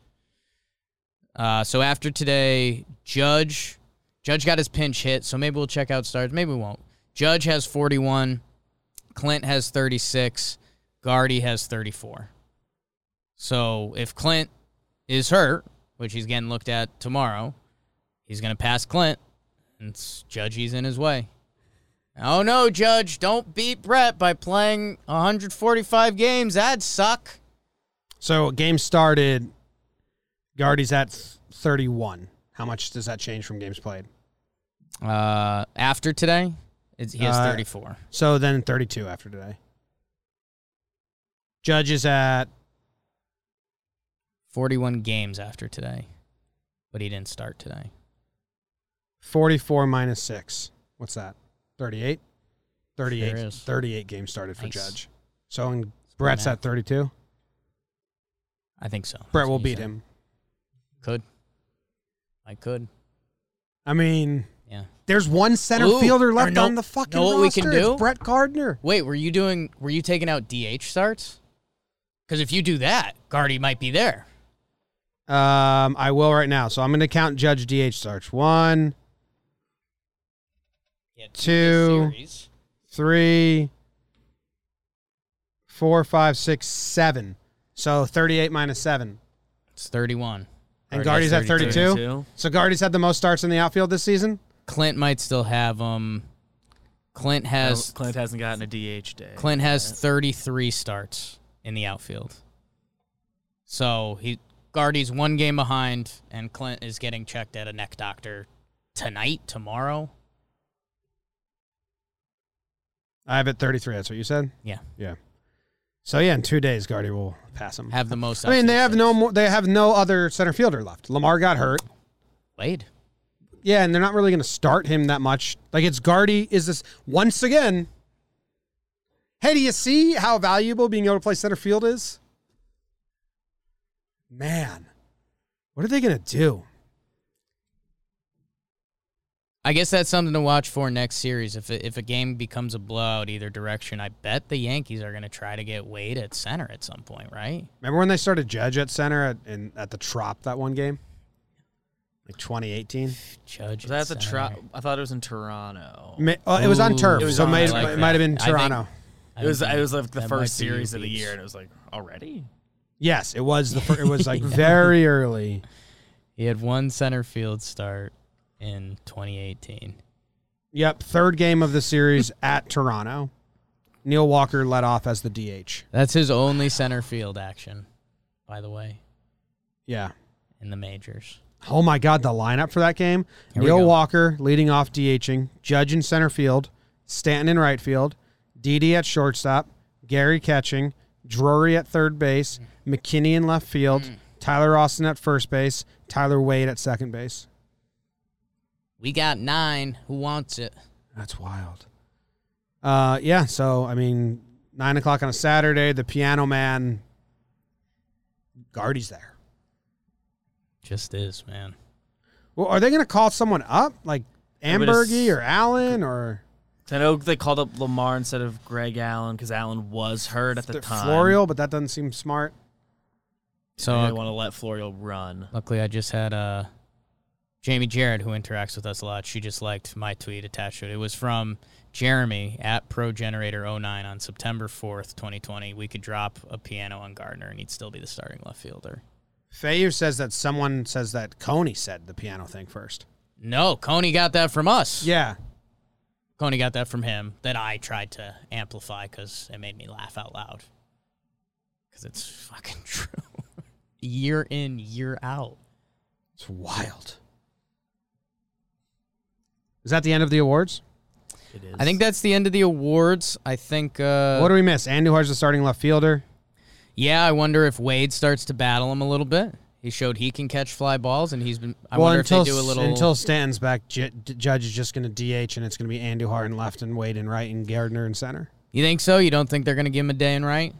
C: Uh, so after today, Judge Judge got his pinch hit, so maybe we'll check out stars. Maybe we won't. Judge has 41, Clint has 36, Guardy has 34. So if Clint is hurt, which he's getting looked at tomorrow, he's going to pass Clint, and it's Judgy's in his way. Oh no, Judge, don't beat Brett by playing 145 games. That'd suck.
A: So game started. Guardy's at th- 31. How much does that change from games played?
C: Uh, after today, it's, he has
A: Uh,
C: 34.
A: So then 32 after today. Judge is at
C: 41 games after today, but he didn't start today.
A: 44 minus 6. What's that? 38? 38.
C: Sure is.
A: 38 games started for
C: Nice.
A: Judge. So and Brett's
C: math.
A: at 32.
C: I think so.
A: Brett
C: That's
A: will
C: what you
A: beat
C: said.
A: him.
C: Could. I could.
A: I mean,
C: Yeah.
A: there's one center
C: Ooh,
A: fielder
C: or
A: left
C: know-
A: on the fucking
C: know what we
A: roster.
C: can
A: It's
C: do?
A: Brett Gardner.
C: Wait, were you doing? Were you taking out DH starts? Because if you do that, Guardy might be there.
A: Um, I will right now. So I'm going to count Judge DH starts. One,
C: Yeah,
A: Two. three, four, five, six, seven. So 38 minus 7.
C: It's thirty-one.
A: And
C: Guardy
A: Guardy's
C: has
A: at 32.
D: 32.
A: So Guardy's had the most starts in the outfield this season?
C: Clint might still have um. Clint has
D: No, Clint hasn't gotten a DH day.
C: Clint has thirty-three starts in the outfield. So he Guardy's one game behind, and Clint is getting checked at a neck doctor tonight, tomorrow.
A: I have it 33. That's what you said?
C: Yeah,
A: Yeah. So yeah, in two days, Guardy will pass him.
C: have the most.
A: I mean, they
C: outfield
A: have no
C: starts.
A: more. They have no other center fielder left. Lamar got hurt.
C: Wade.
A: Yeah, and they're not really going to start him that much. Like it's Guardy. Is this once again? Hey, do you see how valuable being able to play center field is? Man, what are they going to do?
C: I guess that's something to watch for next series. If a, if a game becomes a blowout either direction, I bet the Yankees are going to try to get Wade at center at some point, right?
A: Remember when they started Judge at center at, in, at the Trop that one game, like 2018?
C: Judge.
D: Was that the
C: at center.
D: tro- I thought it was in Toronto.
A: Ma- oh, it was on
C: Ooh.
A: turf,
D: It was
A: so it
D: on-
A: might,
D: I like
A: it might have
C: that.
A: been
C: I think-
A: Toronto.
C: I
D: It was.
C: think
D: It was like the
C: that
D: first
C: might be
D: series of the
C: Beats.
D: year, and it was like already.
A: Yes, it was the fir- it was like very early.
C: He had one center field start in 2018.
A: Yep, third game of the series at Toronto. Neil Walker led off as the DH.
C: That's his only center field action, by the way,
A: Yeah.
C: in the majors.
A: Oh my God, the lineup for that game:
C: we
A: Neil
C: go.
A: Walker leading off, DHing, Judge in center field, Stanton in right field, DD at shortstop, Gary catching, Drury at third base, McKinney in left field,
C: Mm.
A: Tyler Austin at first base, Tyler Wade at second base.
C: We got nine. Who wants it?
A: That's wild. Uh, yeah. So I mean, nine o'clock on a Saturday, the Piano Man Guardy's there.
C: Just is, man.
A: Well, are they going to call someone up like
D: Everybody
A: Ambergy
D: s-
A: or Allen or
D: I know they called up Lamar instead of Greg Allen because Allen was hurt at the time.
A: Florial? But that doesn't seem smart.
C: So uh,
D: They want to let Florio run.
C: Luckily, I just had uh, Jamie Jarrett, who interacts with us a lot. She just liked my tweet attached to it. It was from Jeremy at ProGenerator09 on September 4th, 2020. We could drop a piano on Gardner and he'd still be the starting left fielder.
A: Fayu says that someone says that Coney said the piano thing first.
C: No, Coney got that from us.
A: Yeah.
C: Coney got that from him that I tried to amplify because it made me laugh out loud. Because it's fucking true. year in, year out.
A: It's wild. Is that the end of the awards?
D: It is.
C: I think that's the end of the awards. I think. Uh,
A: what do we miss? Andujar's the starting left fielder.
C: Yeah, I wonder if Wade starts to battle him a little bit. He showed he can catch fly balls, and he's been. I
A: well,
C: wonder
A: until
C: if they do a
A: s-
C: little.
A: until Stanton's back, J- D- Judge is just going to DH, and it's going to be Andujar in left and Wade in right and Gardner in center.
C: you think so? You don't think they're going to give him a day in right?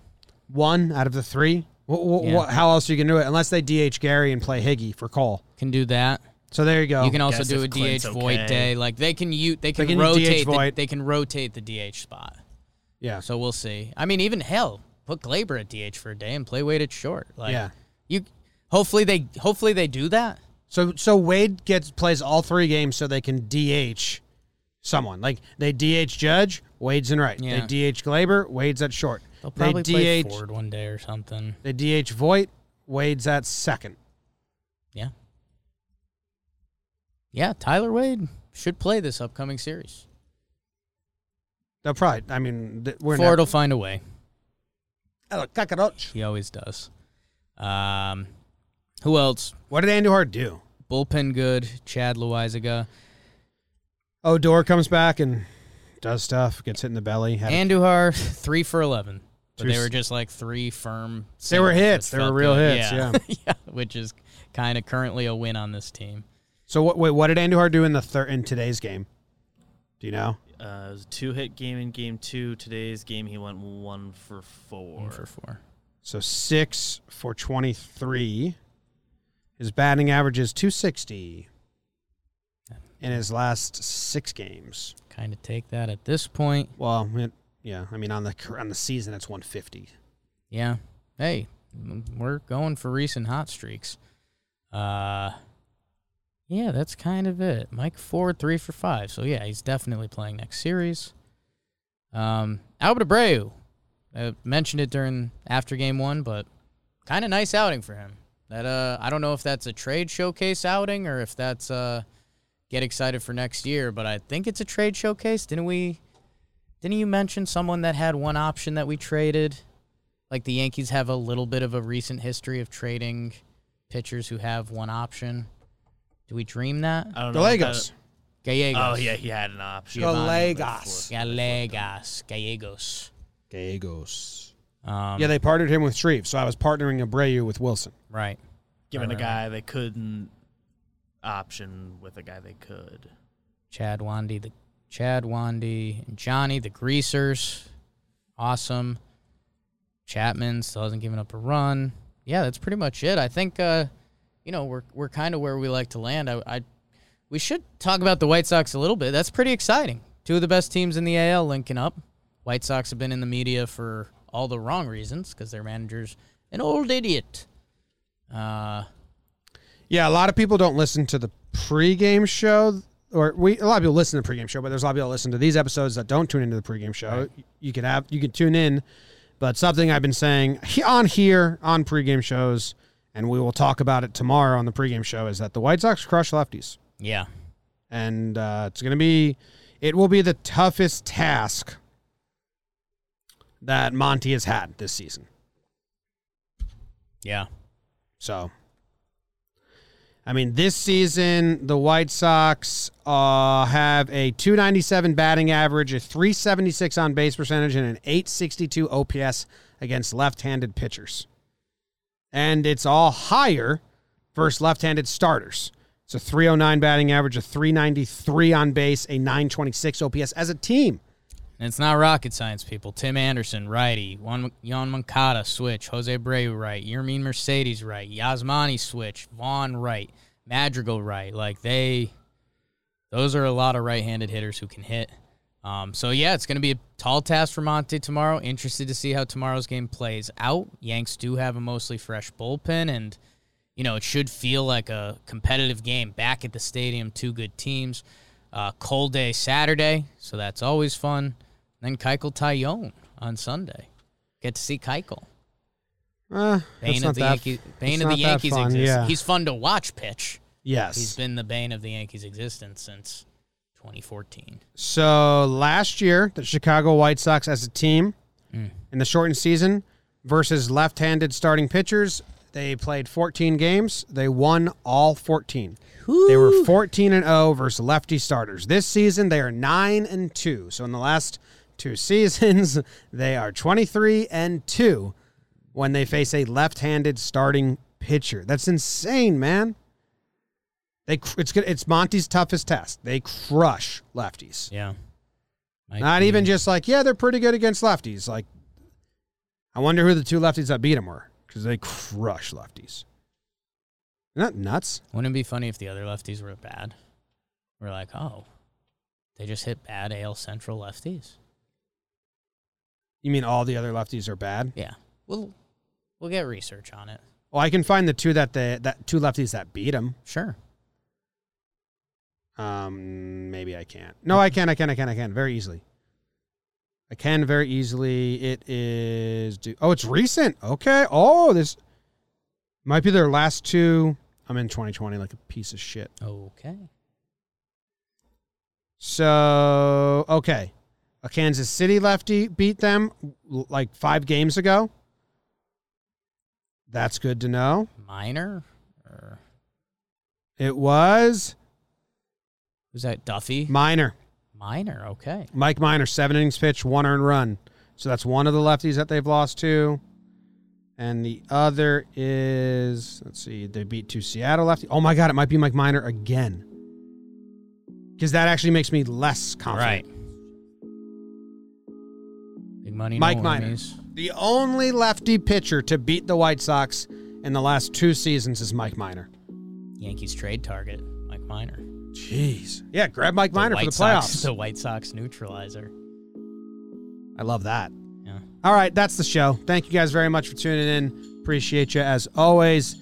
A: One out of the three. Wh- wh-
C: Yeah.
A: wh- how else are you going to do it? Unless they DH Gary and play Higgy for Cole.
C: Can do that.
A: So there you go.
C: You can also
D: guess
C: do
D: if
C: a
D: Clint's
C: DH void
D: okay.
C: day. Like they can you they can
A: can do DH
C: rotate. the-
A: void.
C: they can rotate the DH spot.
A: yeah.
C: So we'll see. I mean, even hell, put Glaber at DH for a day and play Wade at short. Like,
A: Yeah.
C: You hopefully they hopefully they do that.
A: So so Wade gets plays all three games so they can DH someone. Like they DH Judge, Wade's in right.
C: Yeah.
A: They DH Glaber, Wade's at short.
C: They'll probably
A: they
C: play
A: DH
C: Ford one day or something.
A: they DH Voit, Wade's at second.
C: Yeah. Yeah, Tyler Wade should play this upcoming series.
A: They'll probably I mean th- we're
C: Ford
A: not
C: will find a way.
A: El cockroach.
C: He always does. Um, who else?
A: What did Andujar do?
C: Bullpen good. Chad Loizaga.
A: Odor comes back and does stuff, gets hit in the belly. had a-
C: Andujar, three for 11. But
A: Two
C: they
A: s-
C: were just like three firm.
A: They were
C: singles,
A: hits. They
C: which
A: were
C: felt
A: real
C: good.
A: hits,
C: yeah. Which is kind of currently a win on this team.
A: so what wait, what did Andujar do in the third in today's game? Do you know?
D: uh, it was a two-hit game in game two. Today's game, he went one for four.
C: One for four.
A: So six for 23. His batting average is 260 in his last six games.
C: Kind of take that at this point.
A: Well, it, yeah, I mean on the cur- on the season it's 150.
C: Yeah. Hey, m- we're going for recent hot streaks. Uh Yeah, that's kind of it. Mike Ford 3 for 5. So yeah, he's definitely playing next series. Um Albert Abreu. I mentioned it during after game 1, but kind of nice outing for him. That uh I don't know if that's a trade showcase outing or if that's uh get excited for next year, but I think it's a trade showcase. Didn't we Didn't you mention someone that had one option that we traded? like the Yankees have a little bit of a recent history of trading pitchers who have one option. Do we dream that?
D: I don't know. what
A: Gallegos.
C: Gallegos.
D: that- oh yeah, he had an option.
A: Gallegos.
C: Gallegos. Gallegos.
A: Gallegos.
C: Um,
A: Yeah, they partnered him with Shreve, so I was partnering Abreu with Wilson.
C: Right.
D: Giving a
C: Alright.
D: guy they couldn't option with a guy they could.
C: Chad Wandy, the Chad Wandy, and Johnny, the Greasers. Awesome. Chapman still hasn't given up a run. Yeah, that's pretty much it. I think uh, you know, we're we're kind of where we like to land. I, I we should talk about the White Sox a little bit. That's pretty exciting. Two of the best teams in the AL linking up. White Sox have been in the media for all the wrong reasons because their manager's an old idiot. Uh,
A: Yeah, a lot of people don't listen to the pregame show, or we a lot of people listen to the pregame show, but there's a lot of people that listen to these episodes that don't tune into the pregame show. You can have you can tune in, but something I've been saying he- on here on pregame shows, and we will talk about it tomorrow on the pregame show, is that the White Sox crush lefties,
C: yeah,
A: and uh, it's going to be, it will be the toughest task that Monty has had this season.
C: yeah.
A: So, I mean, this season the White Sox uh, have a 297 batting average, a 376 on base percentage, and an 862 OPS against left-handed pitchers, and it's all higher versus left-handed starters. It's a 309 batting average, a 393 on base, a 926 OPS as a team.
C: And it's not rocket science, people. Tim Anderson, righty. Juan, Jan Moncada, switch. Jose Abreu, right. Yermin Mercedes, right. Yasmani, switch. Vaughn, right. Madrigal, right. Like, they, those are a lot of right handed hitters who can hit. Um, so, yeah, it's going to be a tall task for Monte tomorrow. Interested to see how tomorrow's game plays out. Yanks do have a mostly fresh bullpen, and, you know, it should feel like a competitive game back at the stadium. Two good teams. Uh, cold day Saturday, so that's always fun. Then Keichel Tyone on Sunday. Get to see Keichel.
A: Uh,
C: Bane
A: that's
C: of
A: not
C: the
A: that,
C: Yankees. Bane
A: it's
C: of
A: not
C: the
A: that
C: Yankees
A: fun,
C: exists.
A: Yeah.
C: He's fun to watch pitch.
A: yes.
C: He's been the bane of the Yankees' existence since 2014.
A: So last year, the Chicago White Sox as a team in the shortened season versus left handed starting pitchers, they played 14 games. They won all 14. They were 14 and 0 versus lefty starters. This season, they are 9 and 2. So in the last two seasons, they are 23 and 2 when they face a left handed starting pitcher. That's insane, man. They, cr- it's good. It's Monty's toughest test. They crush lefties.
C: Yeah. Might
A: Not
C: be-
A: even just like, yeah, they're pretty good against lefties. Like, I wonder who the two lefties that beat him were because they crush lefties. Isn't that nuts?
C: Wouldn't it be funny if the other lefties were bad? We're like, oh, they just hit bad AL Central lefties.
A: You mean all the other lefties are bad?
C: Yeah. We'll we'll get research on it.
A: Well, I can find the two that the that two lefties that beat him.
C: Sure.
A: Um, maybe I can't. No, I can. I can. I can. I can very easily. I can very easily. It is. do- Oh, it's recent. Okay. Oh, this might be their last two. I'm in 2020 like a piece of shit.
C: Okay.
A: So okay, a Kansas City lefty beat them l- like five games ago. That's good to know.
C: Minor or
A: It was
C: who's that? Duffy.
A: Minor,
C: Minor. Okay.
A: Mike Minor, seven innings pitched, one earned run. So that's one of the lefties that they've lost to, and the other is let's see, they beat two Seattle lefty. Oh my God, it might be Mike Minor again, because that actually makes me less confident.
C: Big money.
A: Mike
C: no
A: Minor.
C: worries.
A: The only lefty pitcher to beat the White Sox in the last two seasons is Mike Miner.
C: Yankees trade target. Mike Minor.
A: Jeez. Yeah, grab Mike Miner for the
C: White
A: playoffs.
C: Sox, The White Sox neutralizer.
A: I love that.
C: Yeah.
A: All right, that's the show. Thank you guys very much for tuning in. Appreciate you as always.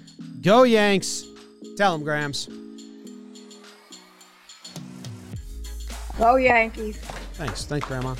A: Go Yanks. Tell 'em, Grams.
G: Go Yankees.
A: Thanks. Thanks, Grandma.